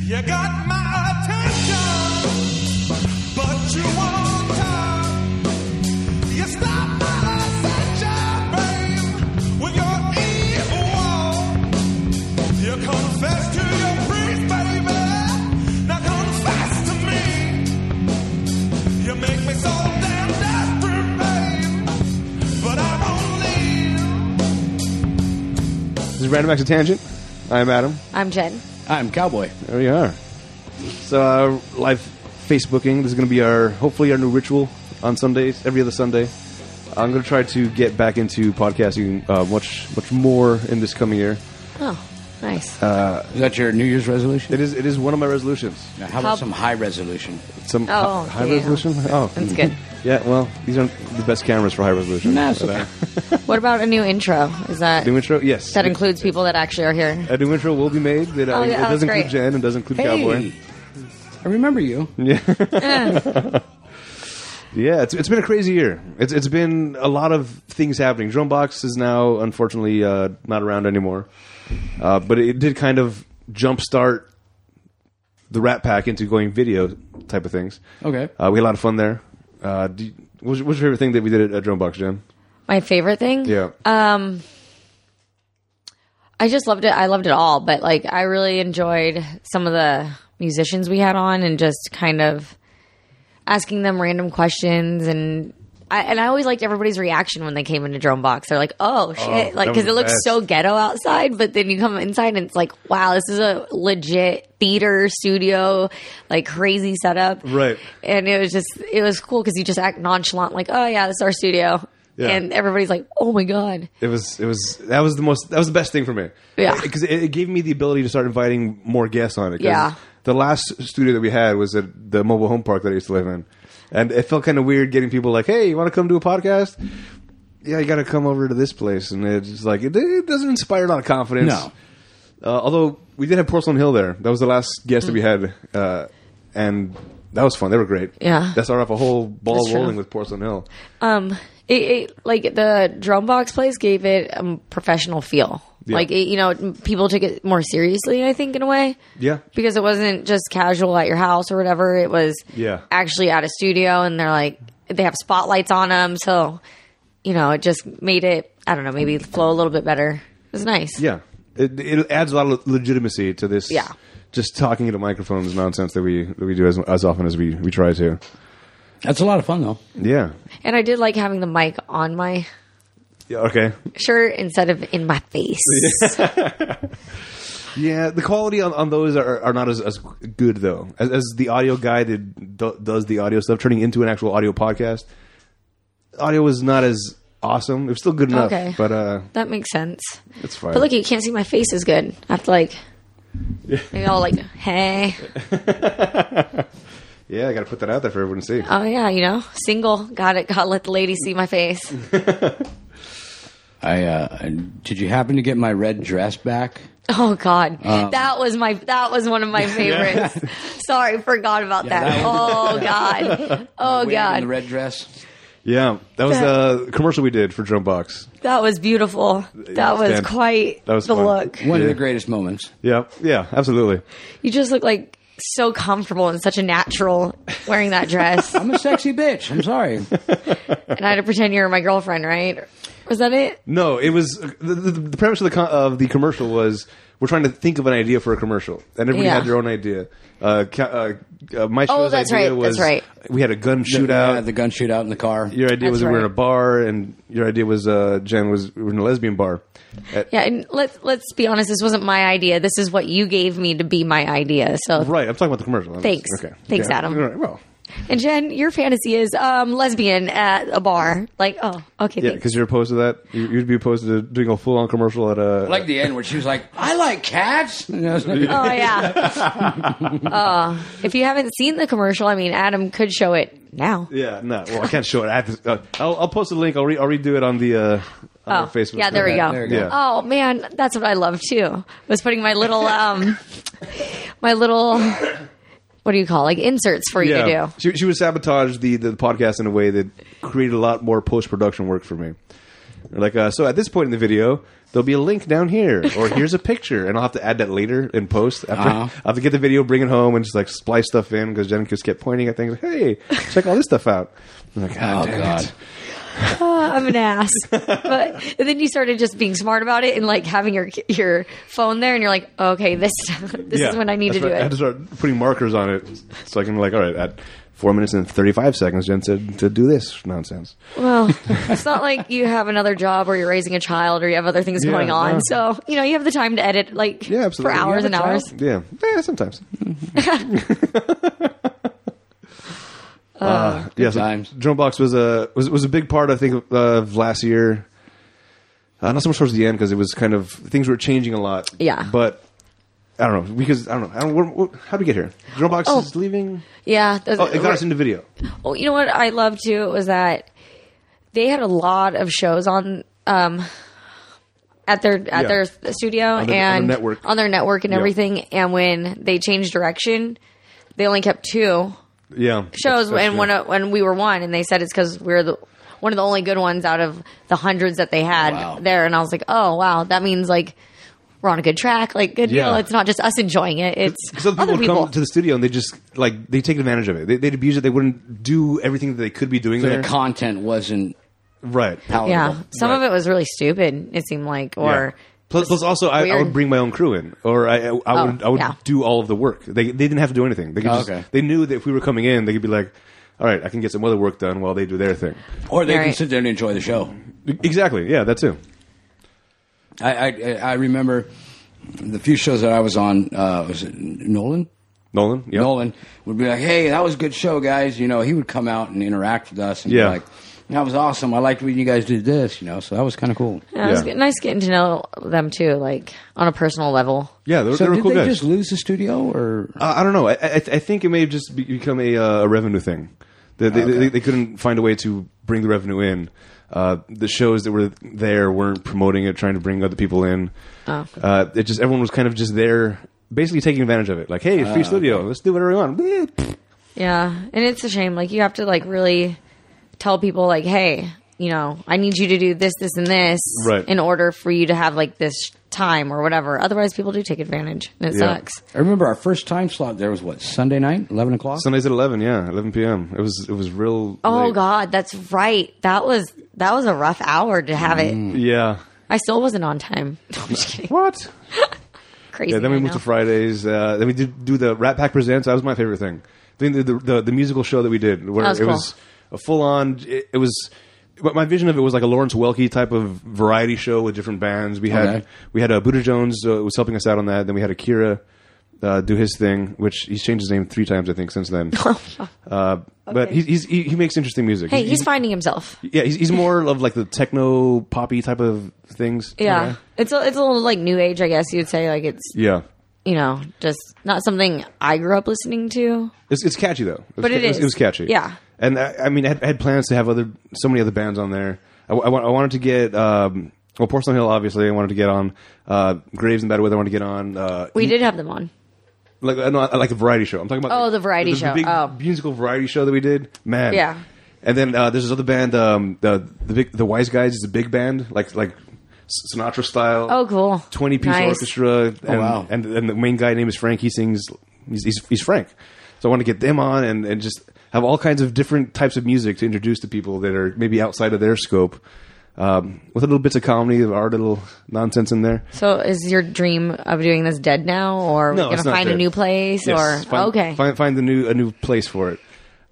You got my attention, but you won't talk. You stop my ascension, babe, with your evil wall. You confess to your priest, baby. Now confess to me. You make me so damn desperate, babe, but I won't leave. This is Random Acts of Tangent. I'm Adam. I'm Jen. I'm Cowboy. There we are. So uh, live Facebooking. This is going to be our hopefully our new ritual on Sundays, every other Sunday. I'm going to try to get back into podcasting uh, much much more in this coming year. Oh, nice. Um, Is that your New Year's resolution? It is it is one of my resolutions. Now, how about How- some high resolution? Some hi- Oh, high yeah. resolution. Oh, That's good. Yeah, well, these aren't the best cameras for high resolution. Nah, it's But, uh, okay. What about a new intro? Is that new intro, yes. that includes people that actually are here? a new intro will be made. That uh, Oh, yeah, it doesn't that's include great. Jen and doesn't include Cowboy. Hey, I remember you. Yeah, it's, it's been a crazy year. It's it's been a lot of things happening. Drumbox is now unfortunately uh, not around anymore, uh, but it did kind of jumpstart the Rat Pack into going video type of things. Okay. uh, we had a lot of fun there. Uh, do you- what was, what was your favorite thing that we did at, at Drumbox, Jen? My favorite thing? Yeah, Um, I just loved it. I loved it all, but like I really enjoyed some of the musicians we had on and just kind of asking them random questions and. I, and I always liked everybody's reaction when they came into Drone Box. They're like, "Oh shit!" that like was because it looks best. so ghetto outside, but then you come inside and it's like, "Wow, this is a legit theater studio, like crazy setup." Right. And it was just, it was cool because you just act nonchalant, like, "Oh yeah, this is our studio," Yeah. and everybody's like, "Oh my god!" it was it was that was the most that was the best thing for me. Yeah. because it, it gave me the ability to start inviting more guests on it. 'Cause Yeah. the last studio that we had was at the mobile home park that I used to live in, and it felt kind of weird getting people like, "Hey, you want to come do a podcast?" Yeah, you got to come over to this place, and it's just like it, it doesn't inspire a lot of confidence. No. Uh, although we did have Porcelain Hill there. That was the last guest that we had, uh, and that was fun. They were great. Yeah. that started off a whole ball That's true. rolling with Porcelain Hill. Um, it, it like the drum box place gave it a professional feel. Yeah. Like it, you know, people took it more seriously. I think in a way. Yeah. Because it wasn't just casual at your house or whatever. It was Yeah. actually at a studio, and they're like they have spotlights on them, so you know it just made it. I don't know, maybe flow a little bit better. It was nice. Yeah, it, it adds a lot of legitimacy to this. Yeah. just talking into microphones nonsense that we that we do as as often as we we try to. That's a lot of fun, though. Yeah. And I did like having the mic on my Yeah. Okay. shirt instead of in my face. Yeah, the quality on, on those are, are not as, as good though. As, as the audio guy that do, does the audio stuff, turning into an actual audio podcast, audio was not as awesome. It was still good enough, Okay. but uh, That makes sense. it's fine. But look, you can't see my face as good. I have to like, maybe I'll like, hey, yeah, I got to put that out there for everyone to see. oh yeah, you know, single, got it, gotta let the lady see my face. I, uh, I- did you happen to get my red dress back? Oh god, that was my, that was one of my favorites. Sorry, forgot about that. that Oh god, oh Wig and god, the red dress. Yeah, that was the commercial we did for Drumbox. that was beautiful. That was Stan, quite that was the fun. look. One of Yeah. the greatest moments. Yeah, yeah, absolutely. You just look like so comfortable and such a natural wearing that dress. I'm a sexy bitch. I'm sorry. and I had to pretend you were my girlfriend, right? Was that it? No, it was uh, the, the, the premise of the con- of the commercial was we're trying to think of an idea for a commercial, and everybody Yeah. had their own idea. Uh, ca- uh, uh, my show's Oh, that's idea right, was that's right. we had a gun Yeah, shootout. the gun shootout in the car. your idea was That's we were in a right. bar, and your idea was uh, Jen was we were in a lesbian bar. Uh, At- Yeah, and let's let's be honest. This wasn't my idea. This is what you gave me to be my idea. So, Right, I'm talking about the commercial. I'm- Thanks. Okay. Thanks, Yeah, Adam. all right, well, and Jen, your fantasy is um, lesbian at a bar. Like, oh, okay, yeah, thanks. because you're opposed to that. You- You'd be opposed to doing a full on commercial at a. Like the end where she was like, "I like cats." And I was like, oh yeah. oh, if you haven't seen the commercial, I mean, Adam could show it now. yeah, no. Well, I can't show it. I have to, uh, I'll, I'll post the link. I'll, re- I'll redo it on the uh, on our Oh, Facebook. yeah, there we Yeah, go. there we go. Yeah. Oh man, that's what I love too. Was putting my little um, my little what do you call like inserts for you to do. She, she would sabotage the, the podcast in a way that created a lot more post production work for me. They're like, uh, so at this point in the video, there'll be a link down here, or here's a picture, and I'll have to add that later in post. After, Uh-huh. I have to get the video, bring it home, and just like splice stuff in because Jen just kept pointing at things. Like, hey, check all this stuff out. I'm like, Oh oh, damn God. It. I'm an ass. But and then you started just being smart about it and like having your your phone there, and you're like, okay, this this Yeah, is when I need that's to do right. I it. had to start putting markers on it so I can like, all right, at four minutes and thirty five seconds, Jen said to do this nonsense. Well, it's not like you have another job or you're raising a child or you have other things Yeah, going on. no. So you know you have the time to edit like Yeah, for absolutely. You hours have a and hours. Mm-hmm. child? Yeah, yeah, sometimes. uh, yeah, so times. Drone Box was a was was a big part, I think, uh, of last year. Uh, not so much towards the end because it was kind of things were changing a lot. Yeah. but I don't know because I don't know. I don't. What, what, how do we get here? Drone Box Oh. is leaving. Yeah. those- Oh, it got us into video. Well, you know what I love too was that they had a lot of shows on um, at their at Yeah. their studio their- on their and network. on their network and Yeah. everything. And when they changed direction, they only kept two Yeah, shows, That's- that's and true. one of- when we were one, and they said it's because we're the one of the only good ones out of the hundreds that they had Wow. there. And I was like, oh wow, that means like. We're on a good track, like good Yeah. deal. It's not just us enjoying it; it's So the people other would people. come to the studio and they just like they take advantage of it. They, they'd abuse it. They wouldn't do everything that they could be doing So there. the content wasn't right. palatable. yeah, some of Right. it was really stupid. It seemed like, Yeah. or Plus, plus also I, I weird. would bring my own crew in, or I, I, I would, Oh, I would yeah. do all of the work. They, they didn't have to do anything. They could Oh, just, okay. they knew that if we were coming in, they could be like, "All right, I can get some other work done while they do their thing." Or they can Right. sit there and enjoy the show. Exactly. Yeah, that too. I I, I remember the few shows that I was on. Uh, was it Nolan? Nolan. Yep. Nolan would be like, "Hey, that was a good show, guys." You know, he would come out and interact with us and Yeah. be like, "That was awesome. I liked when you guys did this." You know, so that was kind of cool. Yeah, It was Yeah. good- nice getting to know them too, like on a personal level. Yeah, they were, So they were did cool they guys. just lose the studio, or Uh, I don't know. I, I, I think it may have just be, become a, uh, a revenue thing. They, they, Okay. they, they couldn't find a way to bring the revenue in. Uh, the shows that were there weren't promoting it, trying to bring other people in. Oh. Uh, it just everyone was kind of just there, basically taking advantage of it. Like, hey, Ah, free studio, let's do whatever we want. Bleh. Yeah, and it's a shame. Like you have to like really tell people, like, hey, you know, I need you to do this, this, and this Right. in order for you to have like this time or whatever. Otherwise, people do take advantage, and it Yeah. sucks. I remember our first time slot there was what Sunday night, eleven o'clock. Sundays at eleven, yeah, eleven p.m. It was it was real. Oh late. God, that's right. That was that was a rough hour to have it. yeah. I still wasn't on time. I'm just kidding. What? Crazy. Yeah, then we right moved now. to Fridays. Uh, then we did do the Rat Pack Presents. That was my favorite thing. Then the the, the, the musical show that we did, where That was it cool. was a full on. It, it was. But my vision of it was like a Lawrence Welkie type of variety show with different bands. We had Okay. we had uh, Buddha Jones uh, was helping us out on that. Then we had Akira uh, do his thing, which he's changed his name three times I think since then. uh, But he's, he's, he, he makes interesting music. Oh. Hey, he's finding himself. Yeah, he's, he's more of like the techno poppy type of things. Yeah, Okay. it's a, it's a little like new age, I guess you'd say. Like it's Yeah. you know, just not something I grew up listening to. It's, it's catchy though. was, But it it was, is. It was catchy. Yeah. And I, I mean, I had, I had plans to have other so many other bands on there. I, wa- I, wa- I wanted to get um, well, Porcelain Hill. Obviously, I wanted to get on uh, Graves and Bad Weather. I wanted to get on. Uh, We did have them on. like uh, no, I like the variety show. I'm talking about Oh, the variety show. big Oh. musical variety show that we did. Man, Yeah. And then uh, there's this other band, um, the the big, the Wise Guys is a big band, like like S- Sinatra style. Oh, cool. Twenty piece Nice. orchestra. And, wow. and and the main guy name is Frank. He sings. He's, he's he's Frank. So I want to get them on and and just have all kinds of different types of music to introduce to people that are maybe outside of their scope. Um, with little bits of comedy, of art, a little nonsense in there. So is your dream of doing this dead now, or No, are we it's gonna not find a dead. new place, Yes, or oh, find, okay? find find the new a new place for it.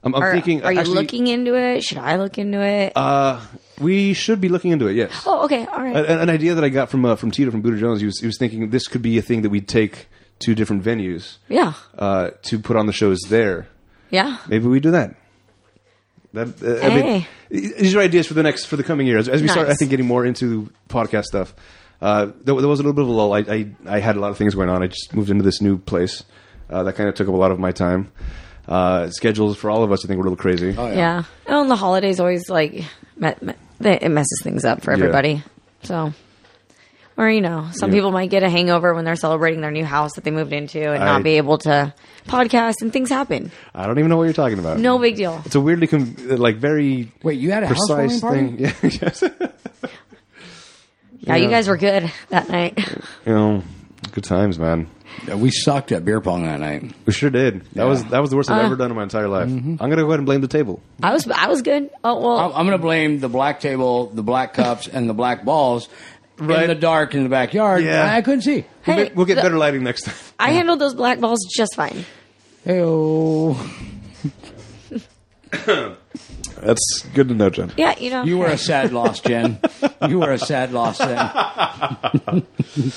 I'm, I'm Or thinking. are you actually, looking into it? Should I look into it? Uh, we should be looking into it. Yes, oh, okay, all right. an, an idea that I got from uh, from Tito from Buddha Jones. He was he was thinking this could be a thing that we'd take to different venues. Yeah. Uh, to put on the shows there. yeah, Maybe we do that. That uh, I mean, Hey. these are ideas for the next for the coming years. As we start, I Nice. think getting more into podcast stuff. Uh, there, there was a little bit of a lull. I, I I had a lot of things going on. I just moved into this new place. Uh, that kind of took up a lot of my time. Uh, schedules for all of us, I think, were a little crazy. yeah, Oh, and the holidays always like me- me- they- it messes things up for Yeah. everybody. So. Or you know, some Yeah. people might get a hangover when they're celebrating their new house that they moved into and I- not be able to podcast, and things happen. I don't even know what you're talking about. No big deal. It's a weirdly com- like very Wait, you had a precise housewarming party? thing. Yeah, yes. Yeah, you guys were good that night. You know, good times, man. Yeah, We sucked at beer pong that night. We sure did. That was Yeah. that was the Uh. worst I've ever done in my entire life. Mm-hmm. I'm gonna go ahead and blame the table. I was I was good. Oh well, I'm, I'm going to blame the black table, the black cups, and the black balls Right. in the dark in the backyard. Yeah. I couldn't see. We'll, Hey, get, we'll get the- better lighting next time. I handled those black balls just fine. Heyo. That's good to know, Jen. Yeah, you know. You were a sad loss, Jen. You were a sad loss. Then. yeah,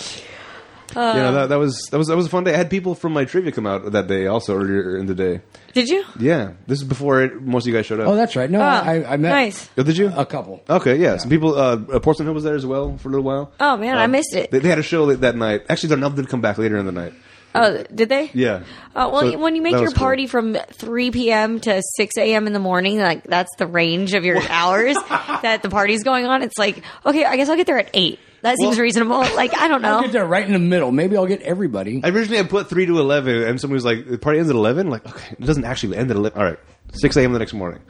Um, that, that was that was that was a fun day. I had people from my trivia come out that day also earlier in the day. Did you? Yeah, this is before it, most of you guys showed up. Oh, that's right. No, Oh, I, I met nice. Oh, did you? a couple. Okay, yeah. Some people, uh, uh, Porcelain Hill was there as well for a little while. Um, Oh man, I missed it. They, they had a show that, that night. Actually, Darnell did come back later in the night. oh, did they? Yeah. Oh well, So you- when you make that your was cool. party from 3 p.m. to 6 a.m. in the morning, like that's the range of your hours that the party's going on. It's like, okay, I guess I'll get there at eight. That seems Well- reasonable. Like I don't I'll know. get there right in the middle. Maybe I'll get everybody. I originally had put three to eleven, and somebody was like, "The party ends at 11? Like, okay, it doesn't actually end at eleven. All right, six a.m. the next morning.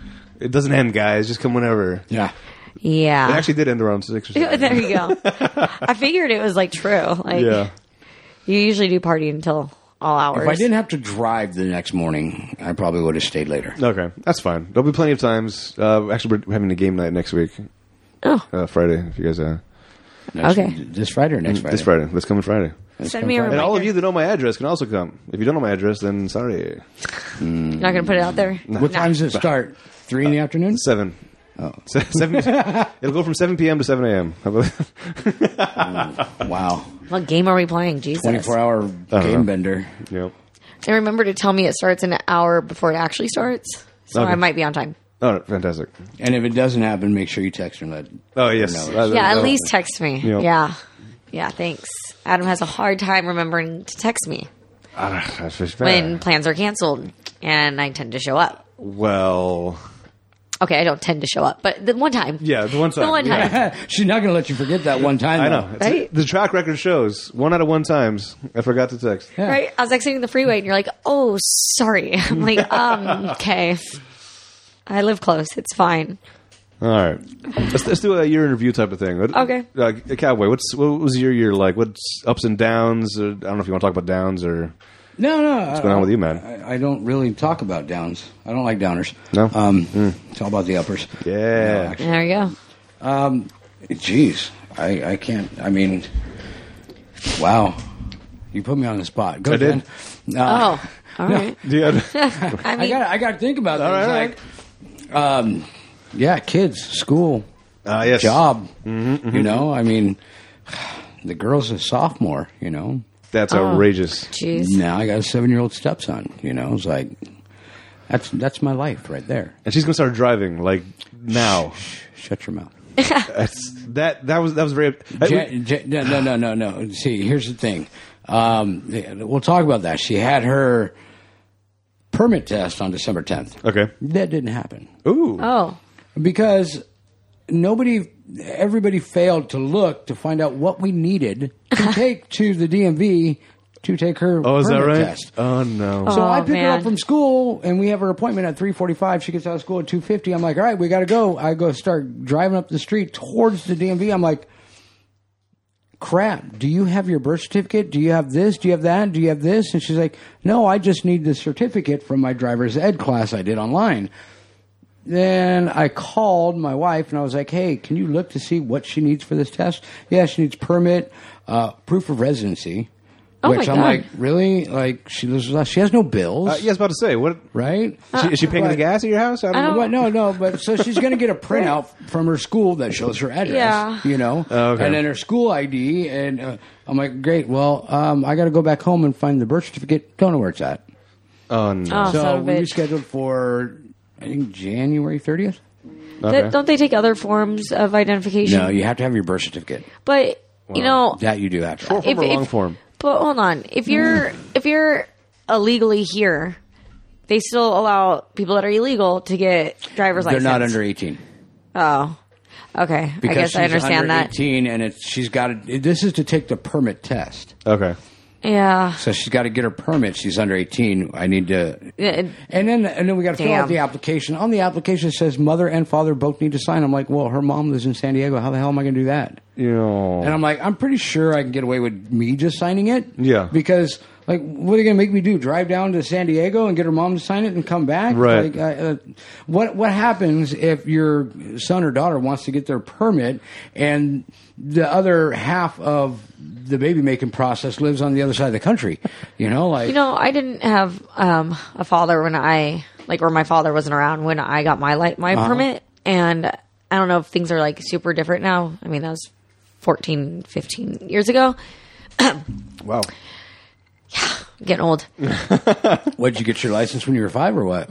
It doesn't end, guys. Just come whenever. yeah. Yeah. It actually did end around six or seven. there you go. I figured it was like true. Like yeah. you usually do party until all hours. If I didn't have to drive the next morning, I probably would have stayed later. Okay, that's fine. There'll be plenty of times. Uh, actually, we're having a game night next week, Oh, uh, Friday. If you guys, uh, Next- Okay. Mm, This Friday or next Friday? this Friday, this coming Friday. send me a And reminder. all of you that know my address can also come. If you don't know my address, then sorry. You're not going to put it out there. What time does it start? Three in the afternoon? Seven. Oh. seven. it'll go from seven p.m. to seven a.m. How about that? Wow. What game are we playing? Jesus. 24 hour don't know. game bender. Yep. And remember to tell me it starts an hour before it actually starts. So Okay. I might be on time. All right, fantastic. And if it doesn't happen, make sure you text her and let. Oh yes, No. Uh, Yeah, uh, at least text me. Yeah. Yeah. Yeah, thanks. Adam has a hard time remembering to text me Ah, fish when back. plans are canceled and I tend to show up. well, Okay, I don't tend to show up, but the one time. yeah, the one time. The one yeah. time. She's not going to let you forget that one time. I though. know. It's- Right? The track record shows one out of one times I forgot to text. Yeah. Right? I was exiting the freeway and you're like, oh, sorry. I'm like, um, okay. I live close. It's fine. All right, let's, let's do a year in review type of thing. What- Okay. uh, cowboy. What's what was your year like? What's ups and downs? Or, I don't know if you want to talk about downs or No, no. uh, What's going on with you, man? I, I don't really talk about downs. I don't like downers. No? Hmm. Um, It's all about the uppers. Yeah. No, actually. There you go. Um, jeez, I, I can't. I mean, wow, you put me on the spot. Go I did. Jen. Uh, Ah. Oh, all right. yeah. I I mean, got. I got to think about things All right, all right. like, um, yeah, kids, school, Uh, yes. Mm-hmm, job. You know, I mean, the girl's a sophomore. You know, That's Oh. outrageous. jeez. now I got a seven-year-old stepson. You know, it's like that's that's my life right there. And she's gonna start driving like now. Shh, Shut your mouth. That's that. That was that was very. I- Jen, Jen, no, no, no, no, no. See, here's the thing. Um, we'll talk about that. She had her permit test on December 10th. okay. That didn't happen Ooh. Oh, because nobody, everybody failed to look to find out what we needed to take to the DMV to take her. oh, is that permit right? Test. Oh no. So I Oh, pick her man. up from school, and we have her appointment at three forty-five. She gets out of school at two fifty. I'm like, all right, we got to go. I go start driving up the street towards the DMV. I'm like, crap. Do you have your birth certificate? Do you have this? Do you have that? Do you have this? And she's like, no, I just need the certificate from my driver's ed class I did online. Then I called my wife and I was like, "Hey, can you look to see what she needs for this test? Yeah, she needs permit, uh, proof of residency." Oh my which I'm God. like, really? Like she lives with us. She has no bills, Uh, yeah, I was about to say what. right? Uh, Is she, is she paying the Right. gas at your house? I don't, know. Well, no, no, but so she's going to get a printout from her school that shows her address, Yeah. you know, Oh, okay. and then her school ID. And uh, I'm like, great. Well, um, I got to go back home and find the birth certificate. Don't know where it's at. Oh no. Oh, son so of a we bitch. rescheduled for I think January 30th. Okay. Th- don't they take other forms of identification? No, you have to have your birth certificate. But you know, That you do have to. have. Form or long form? But hold on, if Mm. you're if you're illegally here, they still allow people that are illegal to get driver's They're license. not under 18. Oh, okay. I guess I she's understand under that. 18 and it's, she's got to, this is to take the permit test. Okay. Yeah. So she's got to get her permit. She's under 18. I need to. It- And then and then we got to fill out Damn. the application. On the application it says mother and father both need to sign. I'm like, well, her mom lives in San Diego. How the hell am I going to do that? You know. And I'm like, I'm pretty sure I can get away with me just signing it. Yeah. Because like, what are you going to make me do? Drive down to San Diego and get her mom to sign it and come back? Right. Like, I- uh, what What happens if your son or daughter wants to get their permit and the other half of the baby making process lives on the other side of the country? You know, like You know, I didn't have um, a father when I like, or my father wasn't around when I got my light Uh-huh. my permit, and I don't know if things are like super different now. I mean, that was 14, 15 years ago. wow. Getting old. What did you get your license when you were five or what?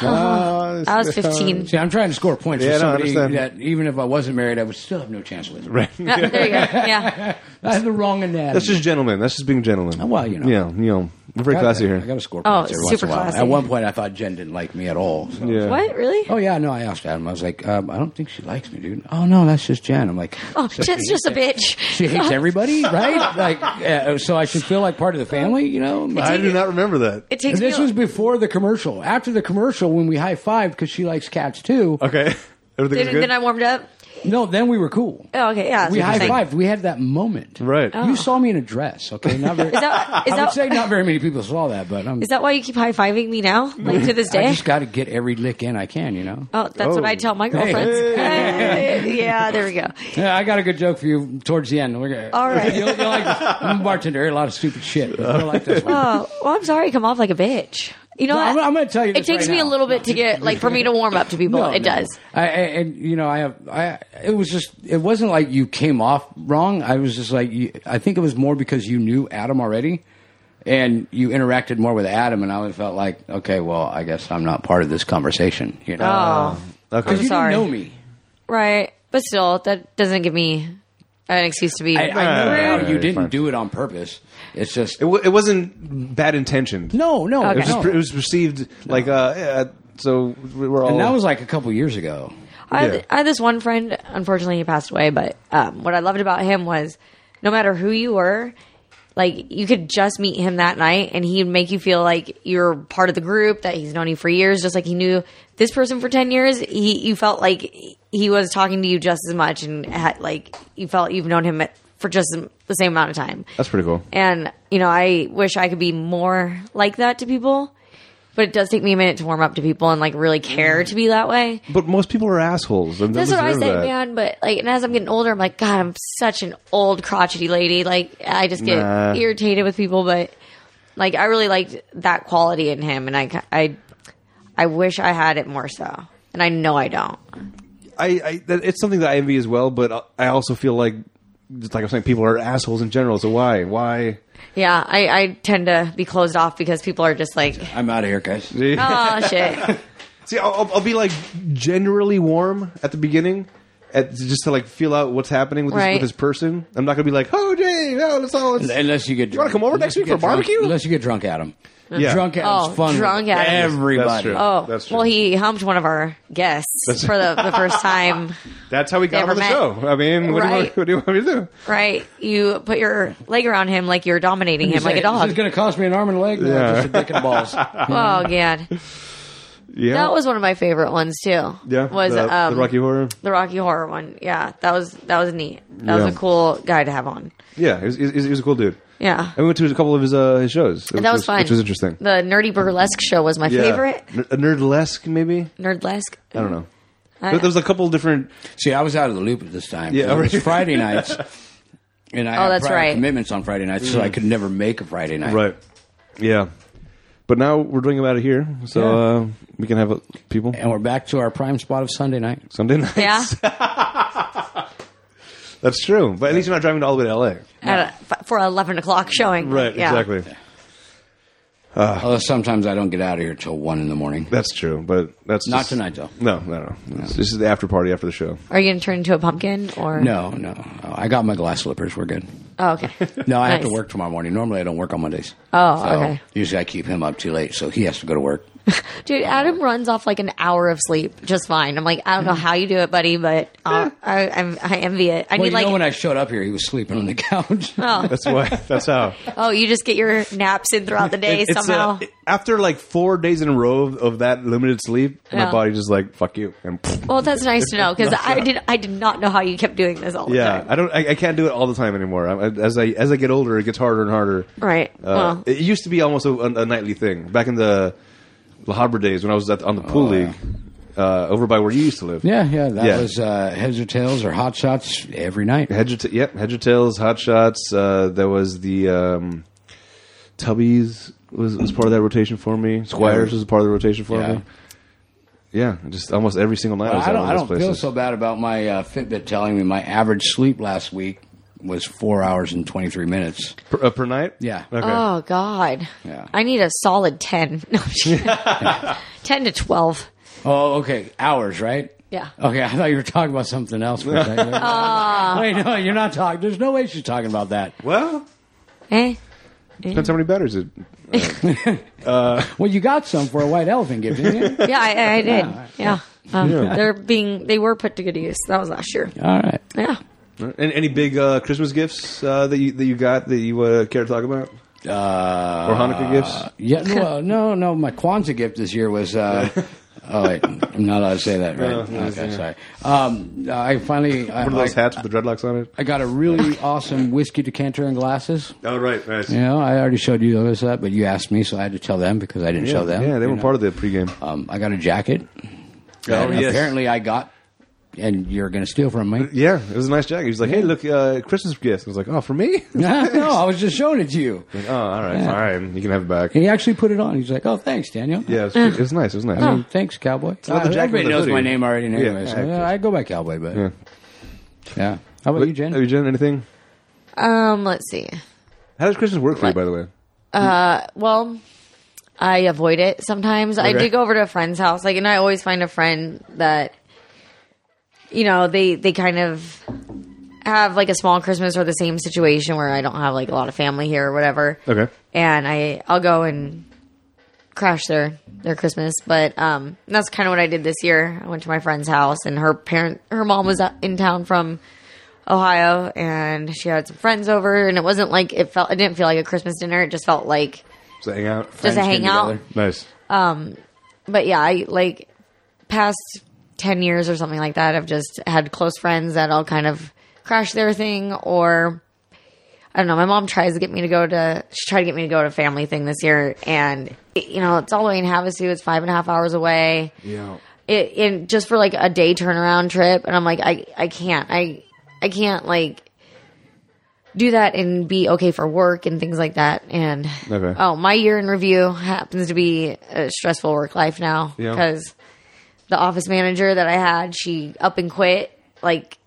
Uh, I was fifteen. See, I'm trying to score points Yeah, with no, I somebody understand. that even if I wasn't married, I would still have no chance with. Right. Yeah, Ah, there you go. Yeah. I had the wrong anatomy. That's just gentlemen. That's just being gentlemen. Oh, Well, you know. Yeah, you know, we're very classy I got here. a score Oh, points every once super in a while. classy. At one point, I thought Jen didn't like me at all. so- Yeah. What really? Oh yeah, no, I asked Adam. I was like, um, I don't think she likes me, dude. Oh no, that's just Jen. I'm like, Oh, so Jen's she- just a bitch. She hates everybody, right? Like, uh, so I should feel like part of the family, you know? I do not remember that. It takes this me. was before the commercial. After the commercial, when we high fived because she likes cats too. Okay, everything's then, good. then I warmed up. No, then we were cool. Oh, okay. Yeah. We high that's what I'm saying. fived. We had that moment. Right. You saw me in a dress, okay? Not very, Oh. Is that- is I would that- say not very many people saw that, but I'm. Is that why you keep high fiving me now, like to this day? I just got to get every lick in I can, you know. Oh, that's what Oh. I tell my girlfriends. Hey, Yeah, there we go. Yeah, I got a good joke for you towards the end. We're gonna, All right. You'll, you'll like this. I'm a bartender. I hear A lot of stupid shit. But you'll like this one. Oh, well, I'm sorry I come off like a bitch. You know No, what? I'm- I'm gonna tell you It this takes right me now. a little bit to get, like, for me to warm up to people. No, it no. does. I, I- and you know, I have. I it was just. It wasn't like you came off wrong. I was just like. You, I think it was more because you knew Adam already, and you interacted more with Adam, and I felt like, okay, well, I guess I'm not part of this conversation. You know, Oh, okay. because you sorry. didn't know me. right. But still, that doesn't give me an excuse to be. I, I know Right. now you didn't Fine. do it on purpose. It's just. It, w- it wasn't bad intentioned. no, it no, was, Okay. just no. pre- it was perceived like uh, uh, so we were all. and that was like a couple years ago. I, Yeah. had, I had this one friend. Unfortunately, he passed away. But um, what I loved about him was, no matter who you were, like you could just meet him that night, and he'd make you feel like you're part of the group that he's known you for years. Just like he knew this person for ten years, he you felt like he was talking to you just as much, and had, like you felt you've known him at, for just the same amount of time. that's pretty cool. And you know, I wish I could be more like that to people. But it does take me a minute to warm up to people and like really care Mm. to be that way. But most people are assholes. And That's they what I deserve say, that. man. But like, and as I'm getting older, I'm like, God, I'm such an old crotchety lady. Like, I just get Nah. irritated with people. But like, I really liked that quality in him, and I, ki- I, I wish I had it more so. And I know I don't. I, I that, it's something that I envy as well. But I also feel like, just like I'm saying, people are assholes in general. So why, why? Yeah, I, I tend to be closed off because people are just like, I'm out of here, guys. oh shit. See, I'll, I'll- I'll be like generally warm at the beginning, at, just to like feel out what's happening with, this, Right. with this person. I'm not gonna be like, oh, Jay, no, let's all. Let's, Unless you get You wanna drunk. come over Unless next week you get for drunk- barbecue? Unless you get drunk, Adam. Yeah. Drunk Adam's Oh, fun. with drunk Adam. Everybody. That's true. Oh, That's true. well, he humped one of our guests for the, the first time. That's how we got Never on the met. show. I mean, what, Right. do you want, what do you want me to do? Right? You put your leg around him like you're dominating him like a This dog. is going to cost me an arm and a leg. No, Yeah. just a dick and balls. Oh god. Yeah, That was one of my favorite ones too. yeah. was the, um, the Rocky Horror? the Rocky Horror one. Yeah, that was that was neat. That Yeah. was a cool guy to have on. Yeah, he was, he was- he was a cool dude. Yeah, I went to a couple of his uh, his shows. that was, fun. Which was interesting. The nerdy burlesque show was my yeah. favorite. Mm. N- a nerdlesque maybe. Nerdlesque. I don't know. There there was a couple different. See, I was out of the loop at this time. Yeah, It was right. Friday nights. And I Oh, had that's prior right. commitments on Friday nights, so I could never make a Friday night. Mm. Right. Yeah. But now we're doing about it here, so Yeah. uh, we can have uh, people And we're back to our prime spot of Sunday night. Sunday night. Yeah, That's true. But at least you're not driving all the way to L.A. At a- f- for eleven o'clock showing. Yeah. Ah. Although sometimes I don't get out of here till 1 in the morning. That's true. But that's Not just- tonight, though. No, no, no. It's- This is the after party after the show. Are you gonna turn into a pumpkin or No, no. I got my glass slippers. We're good. Oh, okay. No, I have to Nice. work tomorrow morning. Normally, I don't work on Mondays. Oh, okay. Usually, I keep him up too late, so he has to go to work. Dude, Adam runs off like an hour of sleep just fine. I'm like, I don't know how you do it, buddy, but uh, I, I'm, I envy it. I Well, need you like, know when I showed up here, he was sleeping on the couch. That's why. That's how. oh, you just get your naps in throughout the day It- it's, uh, somehow. after like four days in a row of, of that limited sleep, Yeah. my body just like fuck you. And well, that's nice to know because I did, I did not know how you kept doing this all the yeah, time. I don't. I, I can't do it all the time anymore. I, as I as I get older, it gets harder and harder. Right. Uh, well, it used to be almost a, a, a nightly thing back in the La Habra days when I was at, on the pool league uh, over by where you used to live. yeah, yeah, that Oh, Yeah. was uh, heads or tails or hot shots every night. Hedge, or Ta- yep, Hedge or Tails, Hot Shots. Uh, there was the um, Tubbies was, was part of that rotation for me. Squires was a part of the rotation for Yeah. me. Yeah, just almost every single night. I was I at don't, one I of don't those feel places. so bad about my uh, Fitbit telling me my average sleep last week was four hours and twenty three minutes. Per, uh, per night? Yeah. Okay. oh, God. Yeah. I need a solid 10. No, I'm just kidding. 10 to 12. Oh, okay, hours, right? Yeah. Okay, I thought you were talking about something else for a second. Ah. Wait, no, you're not talking. There's no way she's talking about that. Well, Eh? depends how many batteries it. Well, you got some for a white elephant gift, didn't you? Yeah, I, I did. Yeah. Um, They're being, they were put to good use. That was last year. All right. Yeah. And any big uh, Christmas gifts uh, that you that you got that you uh, care to talk about, Uh, or Hanukkah gifts? Yeah, no, uh, no, no. My Kwanzaa gift this year was. Uh, oh, wait, I'm not allowed to say that, right? No, okay, sorry. Um, I finally. I, One of those I, hats with the dreadlocks on it. I got a really awesome whiskey decanter and glasses. Oh right, nice. You know, I already showed you those that, but you asked me, so I had to tell them because I didn't show them. yeah, they you were know. part of the pregame. Um, I got a jacket. Oh, that yes. Apparently, I got, and you're going to steal from me. Yeah, it was a nice jacket. He's like, "Hey, look, uh, Christmas gifts." I was like, "Oh, for me?" no, I was just showing it to you. oh, all right, all right. You can have it back. And he actually put it on. He's like, "Oh, thanks, Daniel." Yeah, it was, it was nice. It was nice. I mean, thanks, Cowboy. another Uh, jacket everybody with a knows my hoodie. name already, Yeah, anyway. so, yeah, yeah, I go by Cowboy, but yeah. Yeah. How about What- you, Jen? Have you, Jen? Anything? Um, let's see. How does Christmas work for you, by the way? Well, I avoid it sometimes. I Okay. did go over to a friend's house, like, and I always find a friend that, you know, they they kind of have like a small Christmas or the same situation where I don't have like a lot of family here or whatever. Okay. And I I'll go and crash their their Christmas, but um, that's kind of what I did this year. I went to my friend's house, and her parent her mom was out- in town from Ohio and she had some friends over and it wasn't like it felt it didn't feel like a Christmas dinner it just felt like Just hang out. just a Friends getting hangout. together. Nice. But yeah, I like past ten years or something like that. I've just had close friends that all kind of crash their thing, or I don't know. My mom tries to get me to go to. She tried to get me to go to a family thing this year, and it- you know, it's all the way in Havasu. It's five and a half hours away. yeah. It in just for like a day turnaround trip, and I'm like, I I can't. I I can't like. Do that and be okay for work and things like that. And Okay. oh, my year in review happens to be a stressful work life now Yeah. because the office manager that I had, she up and quit like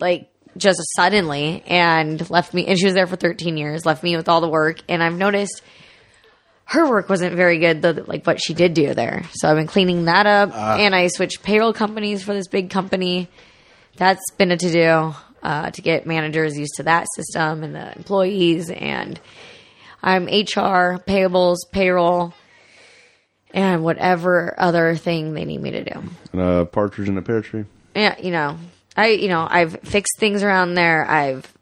like just suddenly and left me and she was there for 13 years, left me with all the work and I've noticed her work wasn't very good though like what she did do there. So I've been cleaning that up and I switched payroll companies for this big company. That's been a to do uh, to get managers used to that system and the employees and I'm HR, payables, payroll, and whatever other thing they need me to do. And a partridge in a pear tree. Yeah, you know, I you know I've fixed things around there. I've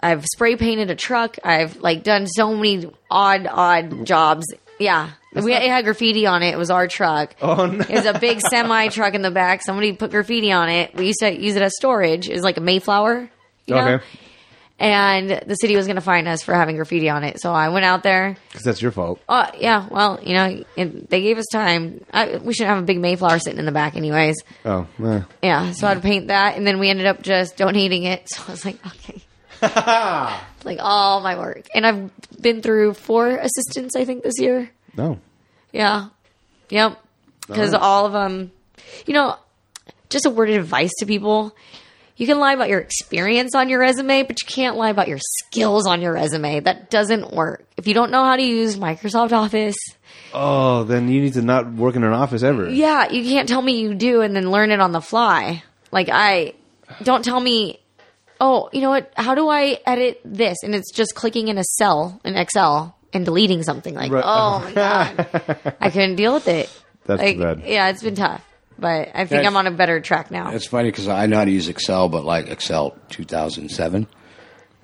I've spray painted a truck. I've like done so many odd odd jobs. Yeah. we it had graffiti on it. It was our truck. Oh, no. It was a big semi truck in the back. Somebody put graffiti on it. We used to use it as storage. It was like a Mayflower. You know? Okay. And the city was going to fine us for having graffiti on it. So I went out there. Because that's your fault. Oh. Uh, yeah, well, you know, it, they gave us time. I, we should have a big Mayflower sitting in the back, anyways. Oh, eh. Yeah, so I'd paint that, and then we ended up just donating it. So I was like, okay, like all my work, and I've been through four assistants, I think, this year. no. Yeah, yep, because Nice. all of them, you know, just a word of advice to people: you can lie about your experience on your resume, but you can't lie about your skills on your resume. That doesn't work. If you don't know how to use Microsoft Office. Oh, then you need to not work in an office ever. Yeah, you can't tell me you do and then learn it on the fly. Like I don't tell me, oh, you know what? How do I edit this? And it's just clicking in a cell in Excel and deleting something. Like, Right. oh my god, I couldn't deal with it. That's like, too bad. Yeah, it's been tough, but I think That's- I'm on a better track now. It's funny because I know how to use Excel, but like Excel 2007.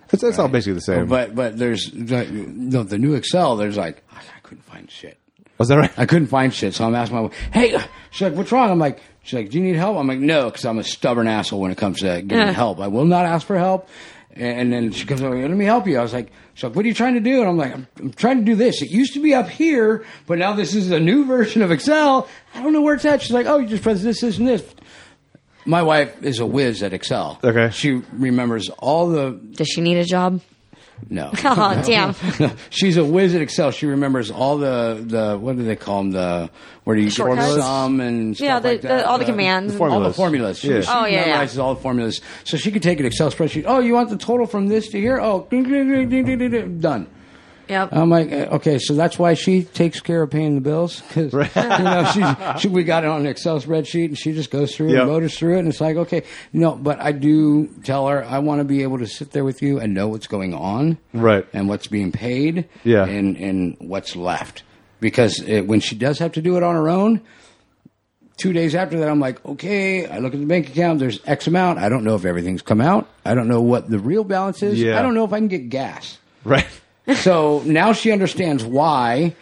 That's, that's all basically the same. But but there's like, no the new Excel. There's like I couldn't find shit. Was Oh, that right? I I, couldn't find shit, so I'm asking my wife, "Hey," she's like, "What's wrong?" I'm like, "She's like, do you need help?" I'm like, "No," because I'm a stubborn asshole when it comes to getting help. I will not ask for help. And then she comes over, "Let me help you." I was like, "So what are you trying to do?" And I'm like, I'm, "I'm trying to do this. It used to be up here, but now this is a new version of Excel. I don't know where it's at." She's like, "Oh, you just press this, this, and this." My wife is a whiz at Excel. Okay. she remembers all the Does she need a job? no. Oh damn! She's a whiz at Excel. She remembers all the, the what do they call them? The where do you get Shortcuts? the sum and stuff Yeah, the- like the- that. Uh, all the commands. The all the formulas. formulas. She, Yeah. she Oh, yeah, yeah. memorizes all the formulas, so she could take an Excel spreadsheet. Oh, you want the total from this to here? Oh, ding, ding, ding, ding, ding, ding, ding. done. Yep. I'm Um, like, eh, okay, so that's why she takes care of paying the bills because you know she, she we got it on an Excel spreadsheet and she just goes through Yep. and motors through it and it's like, okay, no, but I do tell her I want to be able to sit there with you and know what's going on, Right. and what's being paid, Yeah. and and what's left because it, when she does have to do it on her own. Two days after that, I'm like, okay. I look at the bank account. There's X amount. I don't know if everything's come out. I don't know what the real balance is. Yeah. I don't know if I can get gas. right. So now she understands why